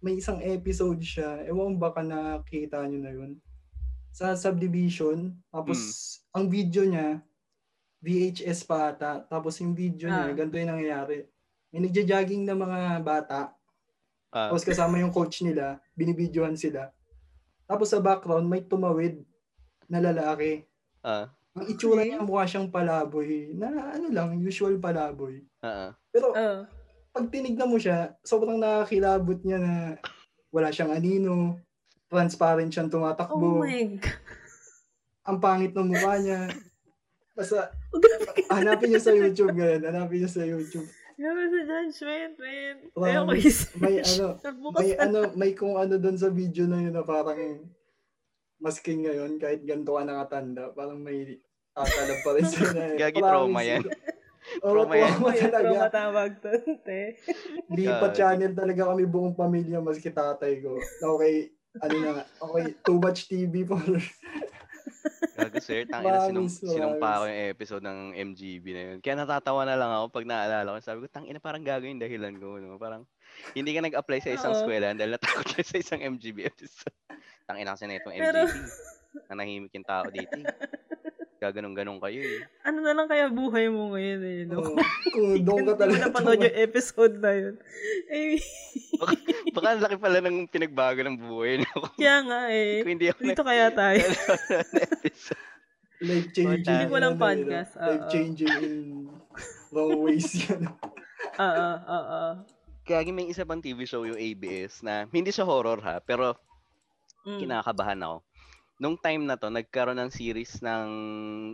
S2: may isang episode siya. Ewan ko baka nakita nyo na yun. Sa subdivision, tapos ang video niya, VHS pa ata. Tapos yung video
S1: Ah.
S2: niya, ganito yung nangyayari. May nagja-jogging na mga bata.
S3: ah,
S2: Tapos kasama yung coach nila, binibidyohan sila. Tapos sa background, may tumawid na lalaki.
S3: ah,
S2: Ang itsura niya mukha siyang palaboy na ano lang, usual palaboy.
S3: ah,
S2: Pero
S1: Oo.
S2: pag tinignan mo siya, sobrang nakakilabot niya na wala siyang anino, transparent siyang
S1: Oh
S2: tumatakbo,
S1: my God.
S2: ang pangit ng mukha niya. Basta,
S1: Oh, grabe.
S2: hanapin niyo sa YouTube ganyan, hanapin niyo sa YouTube.
S1: Grabe sa judgment, man.
S2: Promise.
S1: Ayoko is-
S2: May ano,
S1: Nabukas
S2: may ano, may kung ano doon sa video na yun na parang masking ngayon, kahit ganito ka nakatanda, parang may tatalab pa rin sa'yo na eh.
S3: Gagi,
S2: Promise.
S3: trauma yan.
S2: Oo,
S3: Trauma yan.
S2: trauma
S1: Ayun,
S2: talaga.
S1: tumatawag doon, te.
S2: Lipat
S3: God.
S2: channel talaga kami buong pamilya maski tatay ko. Na Okay, ano na, okay, too much TV po.
S3: Gago sir, tangina sinum,
S2: Promise,
S3: sinumpa ko
S2: promise.
S3: yung episode ng MGB na yun. Kaya natatawa na lang ako pag naalala ko. Sabi ko, tangina parang gago yung dahilan ko. No? Parang hindi ka nag-apply sa isang
S1: Oo.
S3: eskwela dahil natakot ka sa isang MGB episode. Tangina kasi na itong MGB.
S1: Pero-
S3: Nanahimik yung tao dito. eh. Gaganong-ganong kayo eh.
S1: Ano na lang kaya buhay mo ngayon eh, no?
S2: Oo, kung doon ka
S1: Hindi mo
S2: talaga.
S1: napanood yung episode na yun. Eh, Ay,
S3: Baka, baka ang laki pala ng pinagbago ng buhay na ako.
S1: kaya nga eh.
S3: Kung hindi ako
S1: Dito kaya tayo.
S3: episode.
S2: Life changing.
S3: Hindi
S1: ko lang
S2: ano, yun,
S1: podcast, oo.
S2: Life changing in wrong ways ano. yan.
S1: Oo, oo.
S3: Kaya may isa pang TV show yung ABS na hindi siya horror ha, pero
S1: Mm.
S3: kinakabahan ako. Nung time na to, nagkaroon ng series ng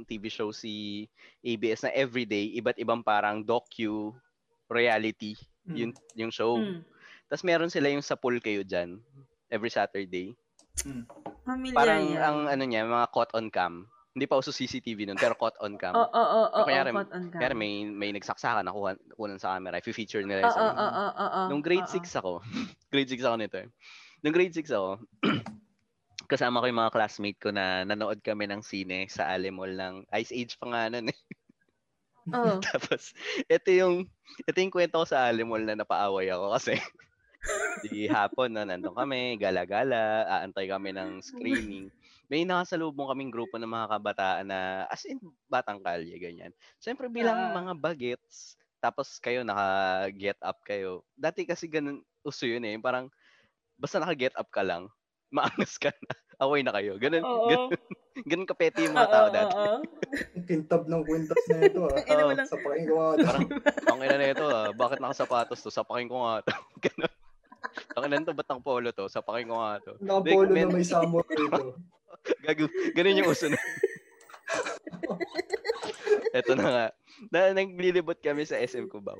S3: TV show si ABS na everyday, iba't ibang parang docu reality
S2: Hmm.
S3: yung, yung show.
S1: Mm.
S3: Tapos meron sila yung sa pool kayo dyan every Saturday.
S1: Pamilya
S3: Parang
S1: yan.
S3: ang ano niya, mga caught on cam. Hindi pa uso CCTV nun, pero caught on cam.
S1: Oo, oo, oo.
S3: Kunyari,
S1: caught on cam.
S3: Pero may may nagsaksakan nakuha kunan sa camera, i-feature
S1: Oo,
S3: nila yun sa
S1: oo, oo, oo.
S3: Nung
S1: oo.
S3: grade 6 ako, grade 6 ako nito eh. Nung grade 6 ako, kasama ko yung mga classmate ko na nanood kami ng sine sa Ale Mall ng Ice Age pa nga nun eh.
S1: Oo.
S3: Tapos, ito yung, ito yung kwento ko sa Alimol na napaaway ako kasi di hapon na nandun kami, gala-gala, aantay kami ng screening. May nakasalubong kaming grupo ng mga kabataan na, as in, batang kalye, ganyan. Siyempre, bilang
S1: Ah.
S3: mga bagets, tapos kayo naka-get up kayo. Dati kasi ganun, uso yun eh. Yung Parang, basta naka-get up ka lang, maangas ka na, away na kayo. Ganun,
S1: Oo.
S3: ganun, ganun kapeti yung mga tao dati.
S1: Oo.
S2: Kintab ng kwintas na ito ah.
S1: Ina mo
S3: Oo.
S1: lang.
S2: Sa paking ko ah, mga
S3: Parang, ang ina na ito, ah, bakit nakasapatos to? Sapakin ko nga to. Ganun. Ang ina to, ba't ang polo to? Sapakin ko nga to.
S2: nakapolo
S3: Big
S2: na
S3: men.
S2: may samurai ito.
S3: Gago, ganun yung uso na. Ito na nga. Na, naglilibot kami sa SM Cubao.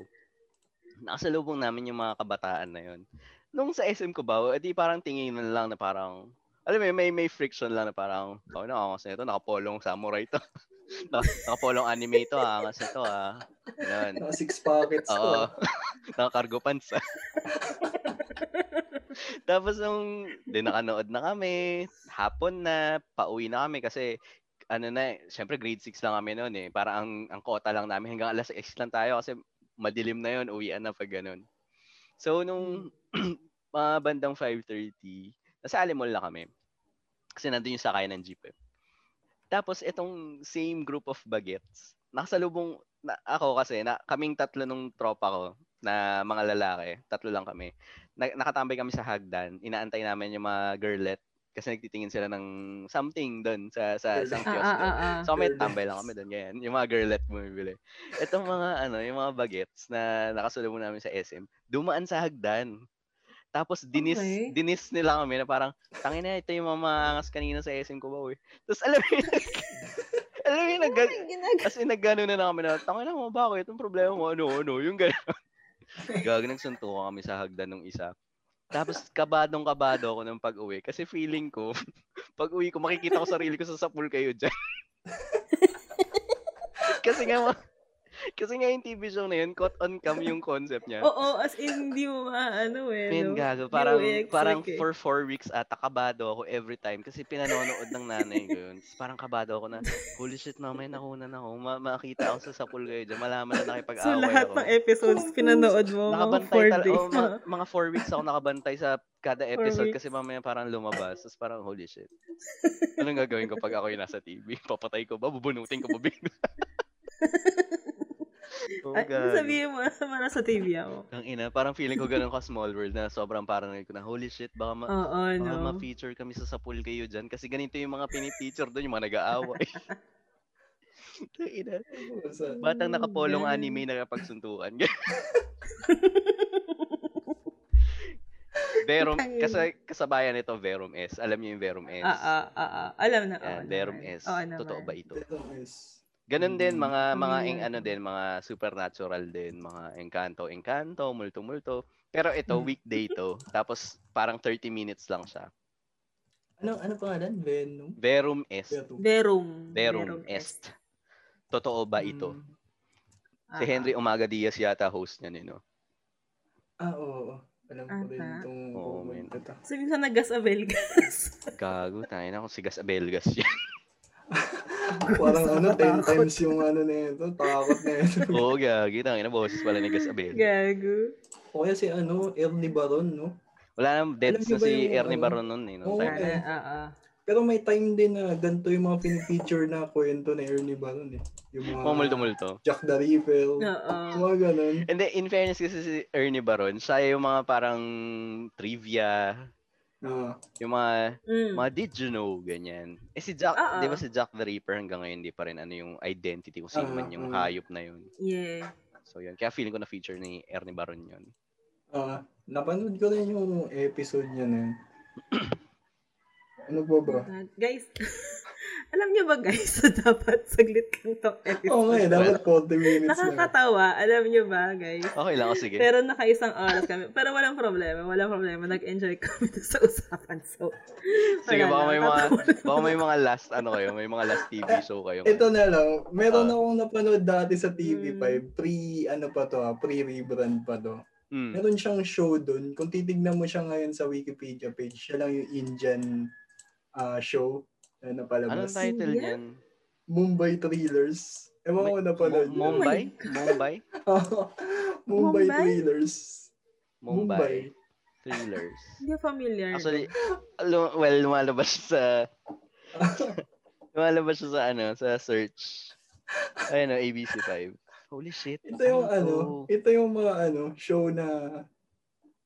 S3: Nakasalubong namin yung mga kabataan na yun. Nung sa SM Cubao, edi parang tinginan lang na parang, alam mo, yun, may, may friction lang na parang, oh, no, angas na ito, nakapolong samurai to. Naka- nakapolong anime to, ah, angas na to, ah. Ganun.
S2: Naka six pockets to.
S3: Oo.
S2: ah.
S3: Naka cargo pants. ah. Tapos nung di nakanood na kami, hapon na, pauwi na kami kasi ano na, eh, syempre grade 6 lang kami noon eh. Parang ang, ang kota lang namin hanggang alas 6 lang tayo kasi madilim na yon uwian na pag ganun. So nung mga bandang 5.30, nasa Alimol na kami. Kasi nandun yung sakay ng jeep eh. Tapos itong same group of bagets, nakasalubong na, ako kasi, na, kaming tatlo nung tropa ko na mga lalaki, tatlo lang kami. Na, nakatambay kami sa hagdan, inaantay namin yung mga girlet kasi nagtitingin sila ng something doon sa sa isang
S1: Ah,
S3: kiosk.
S1: ah,
S3: doon.
S1: ah, ah.
S3: So kami
S2: Girlets.
S3: tambay lang kami doon ganyan. Yung mga girlet bumibili. Itong mga ano, yung mga bagets na nakasulubong namin sa SM, dumaan sa hagdan. Tapos dinis
S1: Okay.
S3: dinis nila kami na parang tangin na ito yung mga maangas kanina sa SM ko ba eh. Tapos alam mo yun, alam mo yun, nag,
S1: Ay, ginag-
S3: as in nagano na lang kami na tangin na mo bakit yung problema mo ano ano yung gano'n. Gag nagsuntukan kami sa hagdan nung isa. Tapos kabadong kabado ako ng pag-uwi kasi feeling ko pag-uwi ko makikita ko sarili ko sa sapul kayo diyan. kasi nga ma- kasi nga yung TV show na yun, caught on cam yung concept niya.
S1: Oo, as in, hindi mo maano eh. no?
S3: Men,
S1: Hindi
S3: gago.
S1: mo
S3: Parang,
S1: i-expect
S3: parang
S1: eh.
S3: for four weeks ata, kabado ako every time. Kasi pinanonood ng nanay ko yun. Tapos Parang kabado ako na, holy shit, mamaya nakunan ako. Ma- makita ako sa sapul kayo dyan. Malaman na
S1: So,
S3: nakipag-away
S1: lahat
S3: ako.
S1: ng episodes pinanood mo mga
S3: Nakabantay
S1: four
S3: tal-
S1: days.
S3: oh, ma- mga four weeks ako nakabantay sa kada episode
S1: weeks.
S3: kasi mamaya parang lumabas. Tapos parang, holy shit. Anong gagawin ko pag ako yung nasa TV? Papatay ko ba? Bubunutin ko ba bigla? oh,
S1: Ay,
S3: gago.
S1: sabihin mo, sama na sa TV ako.
S3: Ang ina, parang feeling ko ganun ka small world na sobrang paranoid ko na, holy shit, baka ma-
S1: Oo,
S3: Baka
S1: no.
S3: ma-feature kami sa sapul kayo dyan. Kasi ganito yung mga pinifeature doon, yung mga nag-aaway. Tangina.
S2: Sa,
S3: Batang
S1: Mm,
S3: nakapolong
S1: ganun.
S3: anime na kapagsuntuan. Verum,
S1: Tangina.
S3: kasi kasabayan nito Verum S. Alam niyo yung Verum S.
S1: Ah, ah, ah, ah. Alam na.
S3: Yan,
S1: oo
S3: Verum
S1: naman. Mm-hmm.
S3: S.
S1: Oo
S3: Totoo ba
S1: naman.
S3: ito?
S2: ito is,
S3: Ganun din,
S2: Mm.
S3: mga, mga,
S1: Familiar
S3: eng, ano
S1: ako.
S3: din, mga supernatural din, mga encanto, encanto, multo-multo. Pero ito,
S2: Mm.
S3: weekday to. Tapos, parang 30 minutes lang siya.
S2: ano, ano pangalan? Venom?
S3: Verum Est.
S2: Venom.
S1: Verum.
S3: Verum Est. Totoo ba ito?
S2: Mm.
S3: Si
S1: Ah,
S3: Henry Umaga Diaz yata host niya nino.
S2: Ah, oo. oo. Alam ko
S1: Ata.
S2: rin itong
S3: Oo, men.
S2: kukwento to.
S1: So, minsan nag-gas avail gas.
S3: Gago, tayo na kung si Gas Abelgas yan.
S2: Parang ano, 10
S1: Nakatakot.
S2: times yung ano na ito. Takot na ito.
S3: Oo, gagi, tayo na boses pala ni Gas Abel.
S1: Gago.
S2: o kaya si ano, Ernie Baron, no?
S3: Wala nang
S2: Alam
S3: deads
S2: niyo
S3: na
S2: ba
S3: si
S2: yung
S3: Ernie
S2: ano?
S3: Baron nun eh. nung
S2: Oo,
S3: time.
S1: Sana,
S2: eh.
S1: ah, ah.
S2: Pero may time din na ganito yung mga pinifeature na kwento na Ernie Baron eh. Yung mga
S3: Mamulto-multo.
S2: Jack the Ripper.
S1: Oo.
S2: Mga ganun.
S3: And then, in fairness kasi si Ernie Baron, siya yung mga parang trivia,
S2: Ah,
S3: yung mga,
S2: Hmm.
S1: Mm.
S3: mga did you know, ganyan. Eh si Jack,
S1: Oo.
S2: Ah,
S3: di ba si Jack the Ripper hanggang ngayon di pa rin ano yung identity kung sino
S2: Oo,
S3: man yung
S2: oo.
S3: hayop na yun.
S1: Yeah.
S3: So yun, kaya feeling ko na feature ni Ernie Baron yun.
S2: ah, napanood ko rin yung episode niya na yun. ano ba ba?
S1: Ah, Guys, alam niyo ba guys, so dapat saglit lang tong episode.
S2: Oo nga eh, dapat 40 minutes na.
S1: Nakakatawa, alam niyo ba guys?
S3: Okay lang, oh, sige.
S1: Pero nakaisang oras kami. Pero walang problema, walang problema. Nag-enjoy kami dun sa usapan. So,
S3: Sige,
S1: wala
S3: baka
S1: na.
S3: may mga,
S1: Tatapos-
S3: baka may mga last, ano kayo, may mga last TV show kayo.
S2: Eh, Ito na lang, meron
S3: Ah. Hmm.
S2: akong napanood dati sa TV5,
S1: Mm.
S2: pre, ano pa to ah, pre-rebrand pa to.
S3: Mm.
S2: Meron siyang show dun. Kung titignan mo siya ngayon sa Wikipedia page, siya lang yung Indian ah, show na
S3: Anong
S2: napalabas.
S1: tayo?
S3: Ano title
S1: Senior?
S3: niyan?
S2: Mumbai Thrillers. Ewan ko na pala.
S3: Mu- Mumbai? Mumbai?
S1: Mumbai?
S2: Mumbai Thrillers.
S3: Mumbai. Thrillers.
S1: Hindi familiar.
S3: Actually, lu- well, lumalabas siya sa, lumalabas siya sa ano, sa search. Ayun o, ABC5. Holy shit.
S2: ito yung ano,
S3: to?
S2: ito yung mga ano, show na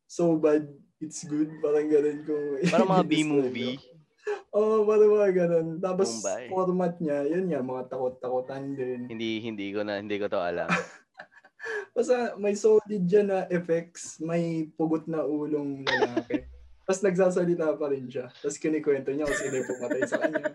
S2: so bad, it's good. Parang ganun kung...
S3: Parang mga
S2: i-describe
S3: B-movie.
S2: ko. Oo, parang mga ganun. Tapos
S3: Mumbai.
S2: format niya, yun nga, mga takot-takotan din.
S3: Hindi, hindi ko na, hindi ko to alam.
S2: Basta may solid dyan na effects, may pugot na ulong lalaki. Tapos nagsasalita pa rin siya. Tapos kinikwento niya kung sino yung pumatay sa kanya.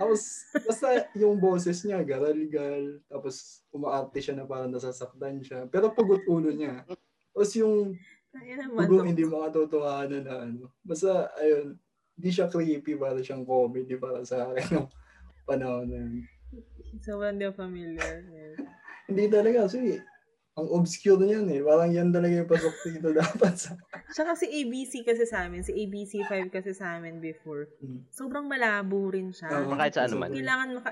S2: Tapos, basta yung boses niya, garalgal. Tapos, umaarte siya na parang nasasaktan siya. Pero pugot ulo niya. Tapos yung
S1: Ay, naman.
S2: pugot hindi makatotohanan na ano. Basta, ayun, hindi siya creepy para siyang comedy para sa akin ng panahon na yun.
S1: Sobrang hindi ako familiar. Yeah.
S2: Hindi talaga, kasi ang obscure niyan eh. Parang yan talaga yung pasok dito dapat sa
S1: Tsaka si ABC kasi sa amin, si ABC5 kasi sa amin before.
S2: Mm.
S1: Sobrang malabo rin siya.
S3: Oo. Ah, kahit ano saan naman.
S1: Kailangan maka...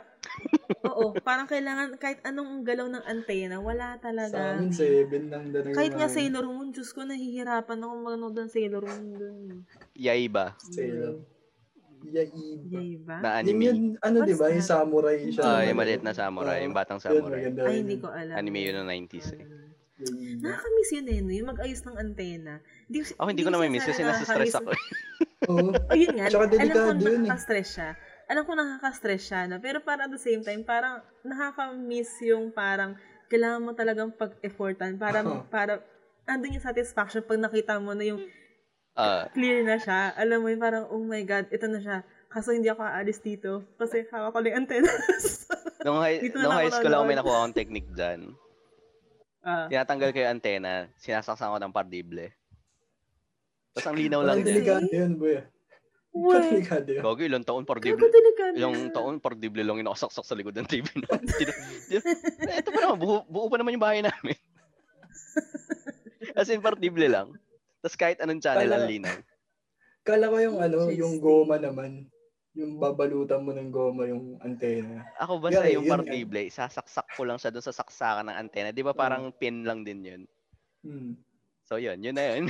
S1: Oo, parang kailangan kahit anong galaw ng antena, wala talaga.
S2: Sa amin, 7 lang talaga.
S1: Kahit nga
S2: namin.
S1: Sailor Moon, Diyos ko, nahihirapan ako manood ng Sailor Moon dun. eh.
S3: Yaiba
S2: Sailor. Yaiba.
S1: Yay ba?
S2: Yung
S3: na anime.
S2: yun, ano
S1: What's
S2: di ba? Yung
S1: that?
S2: samurai siya.
S3: Ah, yung maliit na samurai, yung batang samurai.
S1: Ay,
S2: maganda ano. yun.
S1: hindi ko alam.
S3: Anime yun ng 90s eh.
S2: Yaiba.
S1: Nakakamiss yun eh, no? yung mag-ayos ng antena. Di,
S3: Ako hindi ko na may miss kasi nasistress ako.
S2: Oo.
S1: O yun nga,
S2: Tsaka
S1: alam ko
S2: delikado yun eh.
S1: nakaka-stress siya. Alam ko nakaka-stress siya, no? pero parang at the same time, parang nakaka-miss yung parang kailangan mo talagang pag-effortan para,
S2: Oo.
S1: para andun yung satisfaction pag nakita mo na yung
S3: Ah,
S1: clear na siya. Alam mo yun, parang, oh my God, ito na siya. Kaso hindi ako aalis dito kasi hawak ko lang yung antennas.
S3: nung high,
S1: Dito na
S3: nung
S1: lang
S3: high
S1: ako
S3: school ako may
S1: nanonood.
S3: nakuha akong technique dyan.
S1: Ah,
S3: Tinatanggal ko yung antena, sinasaksan ko ng pardible. Tapos ang linaw lang
S2: Parang
S3: din.
S2: delikado yun, boy. Parang
S1: Uy,
S2: delikado yun.
S3: Gogo, ilang taon
S1: grabe
S3: pardible.
S1: talaga.
S3: Ilang taon pardible lang yung nakasaksak sa likod ng TV. na- Sino- sino- Ito pa naman, buo, buo pa naman yung bahay namin. As in, pardible lang. Tapos kahit anong channel ang linaw.
S2: Kala ko yung ano, yung
S1: Interesting.
S2: goma naman. Yung babalutan mo ng goma yung antena.
S3: Ako basta
S2: Yun,
S3: yung
S2: yun
S3: partible, sasaksak ko lang siya doon sa saksakan ng antena. Di ba parang pin lang din yun?
S2: Hmm.
S3: So yun, yun na yun.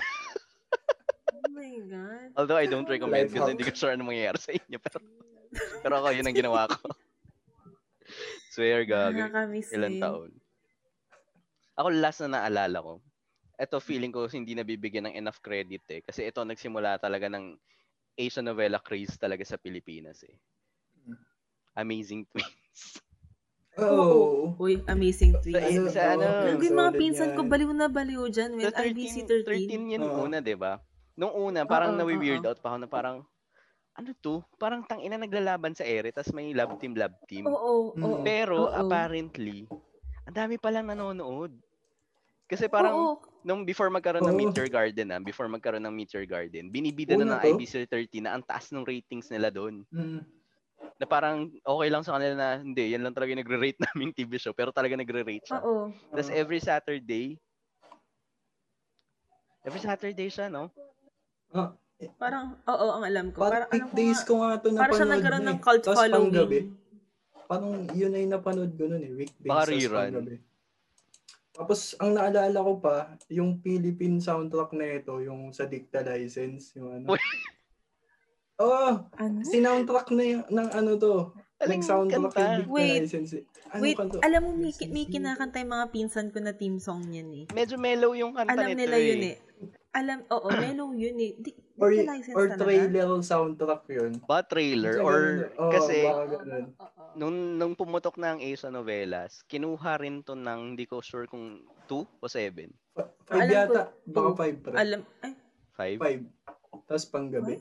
S1: Oh my God.
S3: Although I don't recommend
S2: Life
S3: kasi
S2: hack.
S3: hindi ko sure ano mangyayari sa inyo. Pero, pero ako, yun ang ginawa ko. Swear, gago.
S1: Nakakamiss
S3: Ilan
S1: eh.
S3: taon. Ako last na naalala ko. Ito feeling ko hindi nabibigyan ng enough credit eh. Kasi ito nagsimula talaga ng Asian novela craze talaga sa Pilipinas eh. Amazing Twins.
S2: Oo.
S1: Uy, amazing
S3: Sa,
S1: tweets.
S2: oo.
S3: sa ano,
S1: Grabe yung mga
S2: Solid eh.
S1: pinsan
S2: yan.
S1: ko, baliw na baliw dyan. When
S3: Sa
S1: RBC 13.
S3: 13, 13 yun yung
S2: Oo.
S3: una, di ba? Nung una, parang
S1: Oo,
S3: nawi-weird
S1: oo.
S3: out pa ako na parang, ano to? Parang tangina naglalaban sa ere, tas may love team, love team.
S1: Oo, oo,
S2: Mm.
S1: oo.
S3: Pero
S1: Oo.
S3: apparently, ang dami palang nanonood. Kasi
S1: Oo.
S3: parang nung before magkaroon ng
S2: Oo.
S3: Meteor Garden, ah, before magkaroon ng Meteor Garden, binibida
S2: Una
S3: na ng
S2: to?
S3: IBC 13 na ang taas ng ratings nila doon.
S2: Hmm.
S3: Na parang okay lang sa kanila na hindi, yan lang talaga yung nagre-rate naming TV show, pero talaga nagre-rate siya.
S1: Oo.
S3: Tapos
S2: Ah.
S3: every Saturday, every Saturday siya, no?
S2: Ah,
S1: Parang, oo, ang alam ko. Parang,
S2: parang
S1: alam ko
S2: weekdays
S1: nga,
S2: ko nga ito napanood.
S1: parang siya nagkaroon ng cult
S2: Tapos
S1: following.
S2: panggabi, parang yun ay napanood ko nun eh. Weekdays.
S3: Baka
S2: tapos
S3: rerun.
S2: panggabi. Tapos ang naalala ko pa, yung Philippine soundtrack na ito, yung sa Dicta License, yung ano.
S3: Uy.
S2: Oo,
S1: Ano?
S2: sinoundtrack na yung, ng ano to.
S3: Aling
S2: Nag-soundtrack yung
S3: kanta.
S2: Dicta
S1: Wait.
S2: License. eh. Ano
S1: Wait,
S2: kanto?
S1: alam mo, may, ki- may kinakanta yung mga pinsan ko na team song niyan eh.
S3: Medyo mellow yung kanta
S1: Alam
S3: nito
S1: nila
S3: eh.
S1: yun eh. Alam, oo, mellow yun eh. Di, di
S2: Or,
S1: ka license
S2: or
S1: talaga?
S2: trailer soundtrack yun.
S3: Ba trailer
S2: Sa
S3: or
S1: eh.
S2: ganun, oo,
S3: kasi
S2: baka ganun.
S1: Oo.
S3: nung nung pumutok na ang Ace novelas, kinuha rin to ng hindi ko sure kung 2 o 7.
S2: F-
S1: Alam
S2: Five
S1: ko- Oh.
S2: yata. Baka five, pre.
S1: Alam, ay,
S3: 5.
S2: Five. Tapos panggabi.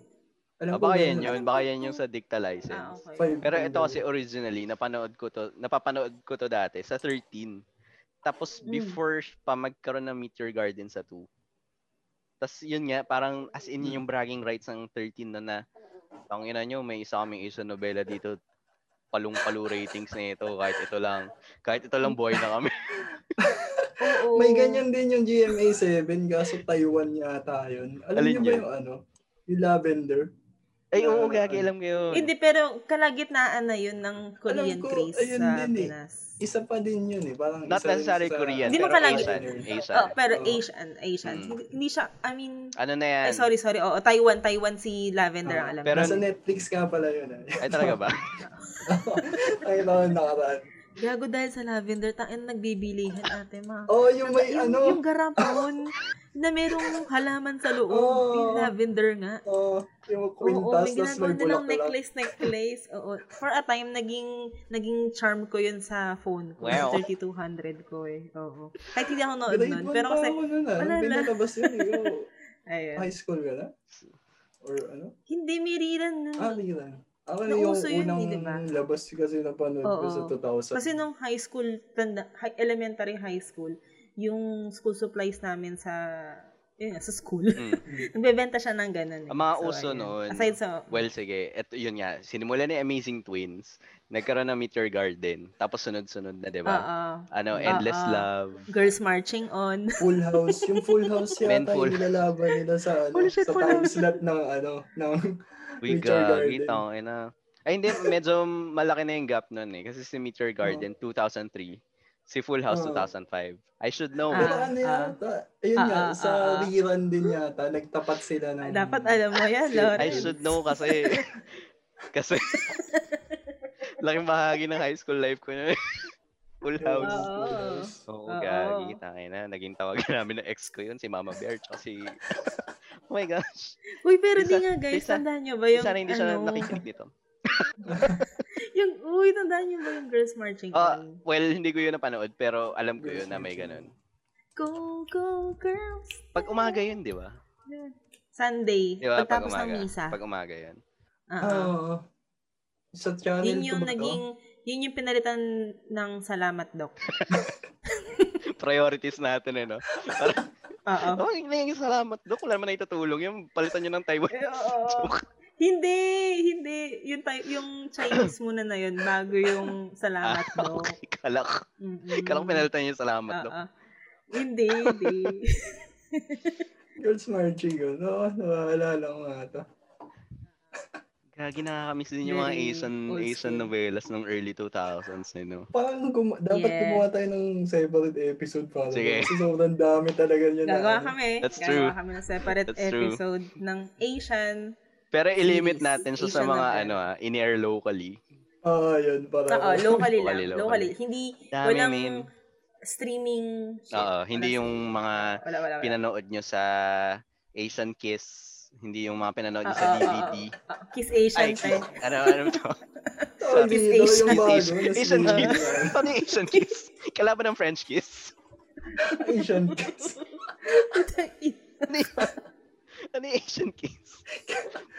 S2: Alam
S3: Ah, baka
S2: ganun.
S3: yan yun,
S1: Alam
S3: baka
S1: ko
S3: yan yung
S1: kung-
S3: sa Dicta
S1: ah,
S3: License.
S1: okay.
S2: Five
S3: Pero ito
S2: panggabi.
S3: kasi originally napanood ko to, napapanood ko to dati sa 13.
S1: Mm.
S3: Tapos before pa magkaroon ng Meteor Garden sa 2. Tapos yun nga, parang as in yun yung bragging rights ng 13 na na Tang ina nyo, may isa kaming isa novela dito. Palong-palo ratings na ito. Kahit ito lang. Kahit ito lang buhay na kami.
S1: Oo.
S2: May ganyan din yung GMA 7, kaso Taiwan yata yun. Alam
S3: Alin
S2: niyo ba
S3: yun?
S2: yung ano? Yung Lavender.
S3: Ay, oo, kakialam kayo.
S1: Hindi, pero kalagitnaan na yun ng Korean
S2: Alam ko,
S1: craze
S2: ayun
S1: sa
S2: din eh.
S1: Pinas.
S2: Isa pa din yun eh. Parang
S3: Not
S2: isa rin
S3: necessarily
S2: sa-
S3: Korean,
S1: Hindi mo
S3: pero
S1: kalagi-
S3: Asian. Asian.
S1: Oh, pero
S2: Oo.
S1: Asian, Asian.
S3: Mm.
S1: Hindi, hindi siya, I mean,
S3: Ano na yan?
S1: ay, Eh, sorry, sorry. Oo, Taiwan, Taiwan si Lavender,
S2: Ah,
S1: alam pero,
S3: pero-
S2: Nasa Netflix ka pala yun. Eh.
S3: Ay, talaga ba?
S2: Ay, no, nakaraan.
S1: Gago dahil sa Lavender, tangin nagbibilihan ate ma.
S2: Oh, yung may
S1: yung,
S2: ano.
S1: yung garapon na merong halaman sa loob,
S2: Oo.
S1: yung lavender nga.
S2: Oh, yung
S1: Oo,
S2: quintas,
S1: may
S2: tas
S1: ginagawa nilang
S2: may bulaklak.
S1: necklace, necklace. Oo. For a time, naging naging charm ko yun sa phone ko.
S3: Wow.
S1: 3200 ko eh. Oo. Kahit hindi ako nood
S2: Grade
S1: nun.
S2: 1
S1: Pero
S2: pa
S1: kasi,
S2: ako nun ah. Nung
S1: wala na.
S2: pinalabas yun eh. oh.
S1: ayun.
S2: High school ka na? Or ano?
S1: Hindi, may riran nun.
S2: Ah, hindi lang. Ako na yung
S1: Nauso yun eh,
S2: unang
S1: di ba?
S2: labas kasi na panood ko
S1: Oo.
S2: sa 2000.
S1: Kasi nung high school, tanda, high, elementary high school, yung school supplies namin sa, yun nga, sa school.
S3: Mm.
S1: Nagbebenta siya ng ganun. eh.
S3: Ang mga uso
S1: ayun.
S3: noon,
S1: Aside sa,
S3: Well, sige. Eto, yun nga. Sinimulan ni Amazing Twins. Nagkaroon ng Meet Your Garden. Tapos sunod-sunod na, di
S1: ah,
S3: ba?
S1: ah,
S3: Ano, Endless
S1: Ah, ah.
S3: Love.
S1: girls marching on.
S2: Full House. Yung Full House yata
S3: Full.
S2: yung nilalaban nila sa, ano,
S1: Holy shit,
S2: sa
S1: Full
S2: time
S1: House.
S2: slot ng ano, ng
S3: We
S2: Meet Your
S3: got,
S2: Garden.
S3: ito, ina. Ay, hindi. Medyo malaki na yung gap nun eh. Kasi si Meet
S1: Ah.
S3: Your Garden, 2003. Si Full House,
S2: Oh.
S3: 2005. I should know.
S1: Ah,
S2: Pero
S3: it.
S2: ano
S1: ah.
S2: yata? Ayun
S1: Ah,
S2: nga,
S1: ah,
S2: sa
S1: ah, ah.
S2: rerun din yata. Nagtapat sila ng...
S1: Dapat alam mo yan,
S2: Sige,
S1: Lawrence.
S3: I should know kasi. kasi. laking bahagi ng high school life ko na. Full
S1: Diba?
S2: Yung
S3: House.
S1: Oo.
S2: Full House.
S3: Oo,
S1: Oo.
S3: gagi. Tangay na. Naging tawagan namin ng ex ko yun, si Mama Bear. Tsaka si... oh my gosh.
S1: Uy, pero
S3: Isa-
S1: di nga guys,
S3: isa-
S1: tandaan nyo ba
S3: Yung,
S1: yung,
S3: Sana hindi siya
S1: ano,
S3: nakikinig nito.
S1: yung, uy, tandaan nyo ba yung girls marching
S3: Ah,
S1: on?
S3: well, hindi ko yun napanood, pero alam ko yun na may
S2: Girls'
S3: ganun.
S1: Go, go, girls!
S3: Pag umaga yun, di ba?
S1: Sunday,
S3: Di ba? Pag
S1: pagtapos
S3: umaga.
S1: ng misa.
S3: Pag umaga yun.
S1: Oo. Ano
S2: Oo. Sa channel
S1: yun
S2: ko
S1: yung
S2: ba to?
S1: naging, yun yung pinalitan ng salamat, Doc.
S3: Priorities natin, ano? Parang,
S1: Oo.
S3: oh, may salamat. Dok, wala naman na itutulong. Yung palitan nyo ng Taiwan.
S1: Eh, oo. Hindi, hindi. Yung, Thai- yung Chinese muna na yun bago yung
S3: Ah,
S1: salamat, Doc.
S3: okay. Kalak.
S1: Mm-mm.
S3: Kalak pinalitan nyo yung salamat, Dok.
S1: Oo. Hindi, hindi.
S2: Girls marching yun. Oo, nawala lang nga ito.
S3: Gagi nakakamiss din yung mga
S1: Very
S3: Asian,
S1: old
S3: Asian
S1: school.
S3: novelas ng early eh, 2000s, you know?
S2: Parang gum- dapat
S1: Yes.
S2: gumawa tayo ng separate episode para doon.
S3: Sige.
S2: Kasi sobrang dami talaga niya
S1: Gagawa
S2: na. ano.
S1: kami.
S3: That's
S1: Gagawa
S3: true.
S1: kami ng separate
S3: That's true.
S1: episode ng Asian.
S3: Pero ilimit
S1: Series,
S3: natin siya sa
S1: Asian
S3: mga
S1: novela.
S3: ano ah, in-air locally.
S2: Oo, Ah, yun. Para
S1: Oo, oh, locally lang.
S3: Locally,
S1: Locally.
S3: locally.
S1: Hindi,
S3: Dami,
S1: walang
S3: men.
S1: streaming. shit.
S3: Oo, hindi
S1: Walang
S3: yung
S1: streaming.
S3: mga
S1: Wala, wala, wala.
S3: pinanood nyo sa Asian Kiss, hindi yung mga pinanood nyo
S1: Oo,
S3: sa
S1: oo,
S3: DVD.
S1: oo. Kiss Asian.
S3: Ay,
S1: tayo.
S3: Kiss. Ano, ano to?
S2: Oh,
S1: Kiss
S2: hindi daw
S1: Asian.
S2: yung bago.
S3: Asian,
S2: nas-
S3: Asian
S2: yun
S3: Kiss.
S2: yan.
S3: Paano yung Asian Kiss? Kalaban ng French Kiss?
S2: Asian kiss.
S3: Ano yun? Ano yung Asian Kiss?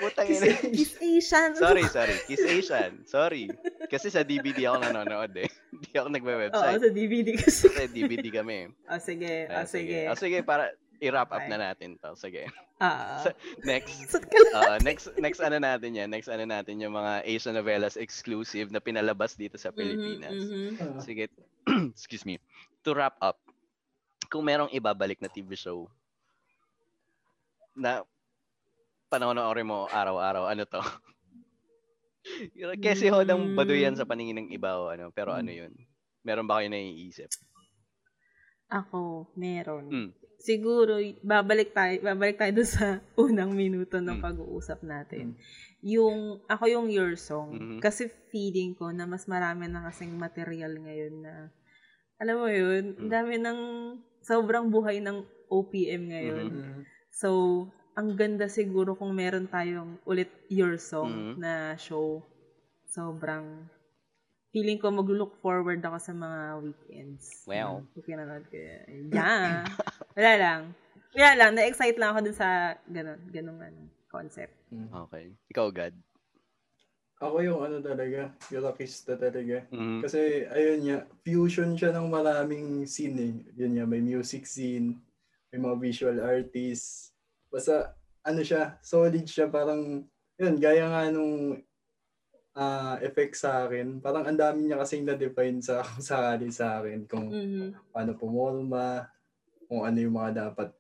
S3: Putang
S2: Kiss
S3: ina.
S1: Kiss Asian.
S3: Sorry, sorry. Kiss Asian. Sorry. Kasi sa DVD ako nanonood eh. Hindi ako
S1: Oo,
S3: nagwe-website.
S1: sa DVD kasi.
S3: Kasi DVD kami.
S1: O, sige. O,
S3: Ah,
S1: sige.
S3: O sige, para i-wrap up
S1: Okay.
S3: na natin to. Sige.
S1: Ah.
S3: So, next.
S1: Sa kala-
S3: Ah, next next ano natin yan? Next ano natin yung mga Asian novellas exclusive na pinalabas dito sa Pilipinas.
S1: Mhm, mhm.
S2: Ah,
S3: Sige. Excuse me. To wrap up, kung merong ibabalik na TV show na panoorin mo araw-araw, ano to? Kasi hodang baduyan sa paningin ng iba o ano, pero ano yun? Meron ba kayo naiisip?
S1: Ako, meron.
S3: Mm.
S1: Siguro, y- babalik tayo, babalik tayo dun sa unang minuto ng
S3: Mm.
S1: pag-uusap natin. Yung, ako yung your song.
S3: Mhm.
S1: Kasi feeling ko na mas marami na kasing material ngayon na, alam mo yun, ang
S3: Mm.
S1: dami ng, sobrang buhay ng OPM ngayon.
S3: Mhm.
S2: mm.
S1: So, ang ganda siguro kung meron tayong ulit your song
S3: Mhm.
S1: na show. Sobrang feeling ko mag-look forward ako sa mga weekends.
S3: Wow.
S1: Pag pinanood ko yun. Yeah. Wala lang. Wala lang. Na-excite lang ako dun sa ganun, ganung ano, concept.
S3: Okay. Ikaw, God.
S2: Ako yung ano talaga, yung rockista talaga.
S3: Mhm.
S2: Kasi ayun niya, fusion siya ng maraming scene eh. Yun niya, may music scene, may mga visual artists. Basta ano siya, solid siya parang yun, gaya nga nung ah, effect sa akin. Parang ang dami niya kasing na-define sa sarili sa akin kung
S1: Mhm.
S2: paano pumorma, kung ano yung mga dapat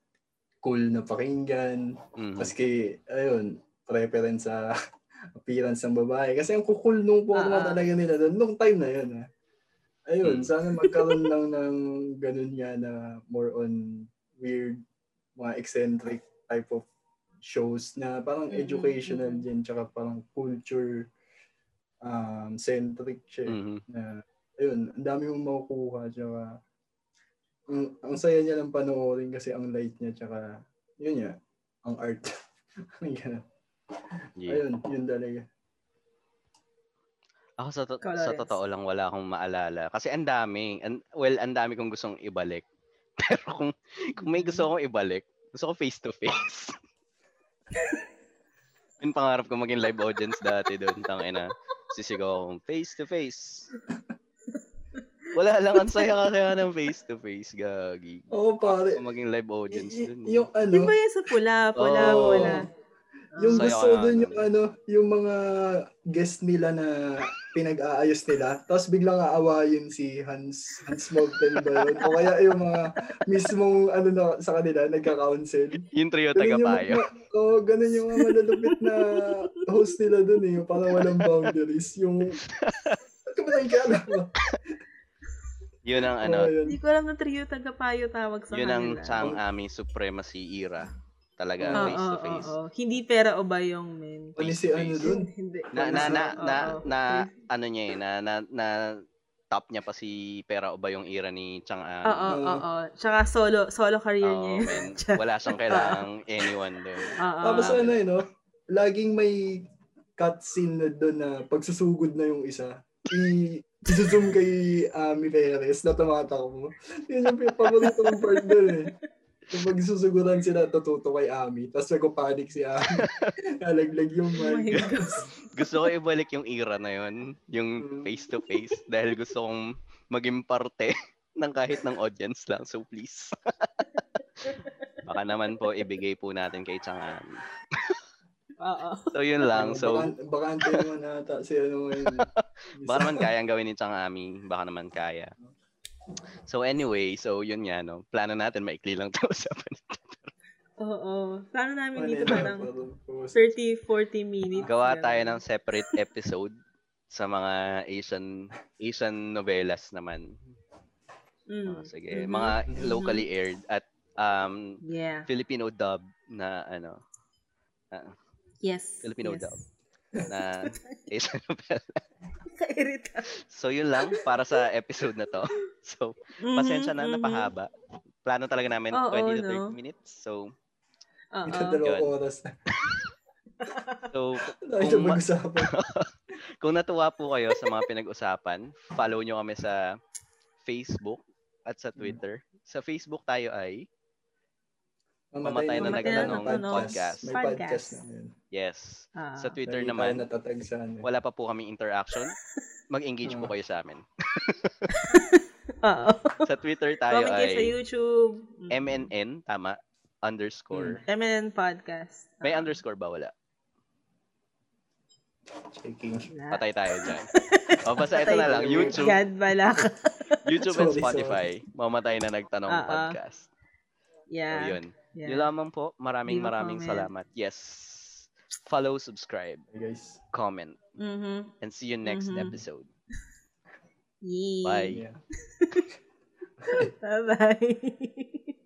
S2: cool na pakinggan.
S3: Mhm.
S1: Mm-hmm.
S2: Maski, ayun, preference sa appearance ng babae. Kasi ang kukul nung
S1: Ah,
S2: porno
S1: Mm. ah.
S2: talaga nila doon, nung time na yun. Ha? Ayun,
S3: Hmm.
S2: sana magkaroon lang ng ganun nga na more on weird, mga eccentric type of shows na parang
S1: Mm-mm,
S2: educational
S1: mm-mm.
S2: din, tsaka parang culture um, centric siya. eh
S3: Mhm.
S2: na ayun, ang dami mong makukuha tsaka ang, ang saya niya lang panoorin kasi ang light niya tsaka yun niya, ang art. Ang ganun.
S3: Yeah.
S2: ayun, yun talaga.
S3: Ako sa, to-
S1: Ikaw,
S3: sa
S1: Lawrence.
S3: totoo lang wala akong maalala. Kasi ang dami. An- well, ang dami kong gustong ibalik. Pero kung, kung may
S1: Mm-hmm.
S3: gusto akong ibalik, gusto ko face to face. Yung pangarap ko maging live audience dati doon. Tangina. Sisigaw akong face to face. Wala lang. Ang saya ka kaya ng face to face. Gagi.
S2: Oo pare,
S3: Kung maging live audience
S2: Y-
S3: doon.
S2: y- yung ano,
S1: Di ba yun sa pula, pula,
S3: Oo.
S1: pula?
S2: yung
S3: Saya
S2: gusto
S3: nga
S2: dun
S3: nun.
S2: yung ano, yung mga guest nila na pinag-aayos nila, tapos biglang aawayin si Hans, Hans Mountain ba yun? O kaya yung mga mismong ano na sa kanila, nagka-counsel.
S3: Yung trio
S2: Ganun yung
S3: tagapayo.
S2: mga- Oo, ganun yung mga malalupit na host nila dun eh. Yung parang walang boundaries. Yung, ba't ka ba nagkala mo?
S3: Yun ang ano.
S2: Oo, yun.
S1: Hindi ko alam na trio tagapayo tawag sa
S3: Yun ang
S1: kanila.
S3: sang aming supremacy era. Talaga,
S1: Oo,
S3: face to
S1: oo,
S3: face.
S1: oo. Hindi pera o ba yung men?
S2: Pati si ano dun.
S1: Hindi.
S3: Na na na
S1: Oo,
S3: na,
S1: oo.
S3: na ano niya eh, na, na na top niya pa si Pera o ba yung era ni Chang An.
S1: Oo, oo, oo. Tsaka solo, solo career niya.
S3: Oo,
S1: yun.
S3: man. Wala siyang kailangang anyone doon.
S1: Oo.
S2: Tapos
S3: Ah.
S2: ano yun, no? Laging may cutscene na doon na pagsusugod na yung isa. I zoom kay Ami Perez na tumatakbo. Yun yung pi- paborito kong part doon eh. Yung pagsusuguran sila, natututo kay Ami. Tapos nagpapanik si Ami. Nalaglag yung
S1: Oh my
S2: mic.
S1: God.
S3: Gusto ko ibalik yung era na yun, yung
S2: Mm.
S3: face to face dahil gusto kong maging parte ng kahit ng audience lang. So please. Baka naman po ibigay po natin kay Chang An.
S1: Oo.
S3: So yun lang. So
S2: Baka, baka antayin mo na ata si ano ngayon.
S3: Baka naman kaya ang gawin ni Chang Ami. Baka naman kaya. So anyway, so yun nga, no. Plano natin, maikli lang ito usapan.
S1: Oo. Plano namin dito
S2: Wala
S1: parang
S2: na, parang post.
S1: 30, 40 minutes.
S3: Gawa
S1: Ganun.
S3: tayo ng separate episode sa mga Asian Asian novelas naman.
S1: Mm.
S3: Ah, sige,
S1: Mhm.
S3: mga locally aired at um,
S1: Yeah.
S3: Filipino dub na ano,
S1: Yes.
S3: Filipino
S1: yes.
S3: dub. na Asian novela.
S1: Kairita.
S3: So yun lang para sa episode na to. So
S1: Mm-hmm.
S3: pasensya na napahaba. Plano talaga namin
S1: Oo,
S3: 20 to
S1: no.
S3: 30 minutes. So
S2: Ito
S1: Oo.
S2: dalawang
S3: Yun.
S2: oras na.
S3: so
S2: Ito
S3: Kung ma-
S2: mag-usapan.
S3: Kung natuwa po kayo sa mga pinag-usapan, follow nyo kami sa Facebook at sa
S1: Mm.
S3: Twitter. Sa Facebook tayo ay, Mamatay
S1: na nagtanong
S3: podcast.
S2: May podcast
S1: Podcast.
S2: na yun.
S3: yes.
S1: Ah.
S3: Sa Twitter
S2: Lagi tayo
S3: naman,
S2: natatag sa ano.
S3: wala pa po kaming interaction. Mag-engage po
S1: Mm.
S2: Ah.
S3: kayo sa amin.
S1: Oo.
S3: Sa Twitter tayo
S1: Comment kayo sa
S3: ay
S1: YouTube. Mm.
S3: MNN, tama, underscore.
S1: MNN Podcast.
S3: May
S1: Ah.
S3: underscore ba? Wala.
S2: Checking.
S1: Wala.
S3: Patay tayo dyan. o basta ito
S1: Patay
S3: na lang,
S2: tayo.
S3: YouTube.
S1: God bala ka.
S3: YouTube and
S2: Sorry,
S3: Spotify. Mamatay na nagtanong
S1: Ah, ah.
S3: podcast. So
S1: Yeah.
S3: yun.
S1: yeah.
S3: Yun lamang po.
S1: Leave
S3: Maraming
S1: a
S3: maraming
S1: comment.
S3: salamat. Yes. Follow, subscribe,
S2: Hey guys.
S3: comment.
S1: Mm-hmm.
S3: and see you next
S1: Mhm.
S3: episode.
S1: Yee.
S3: Bye.
S2: Yeah.
S1: Bye-bye.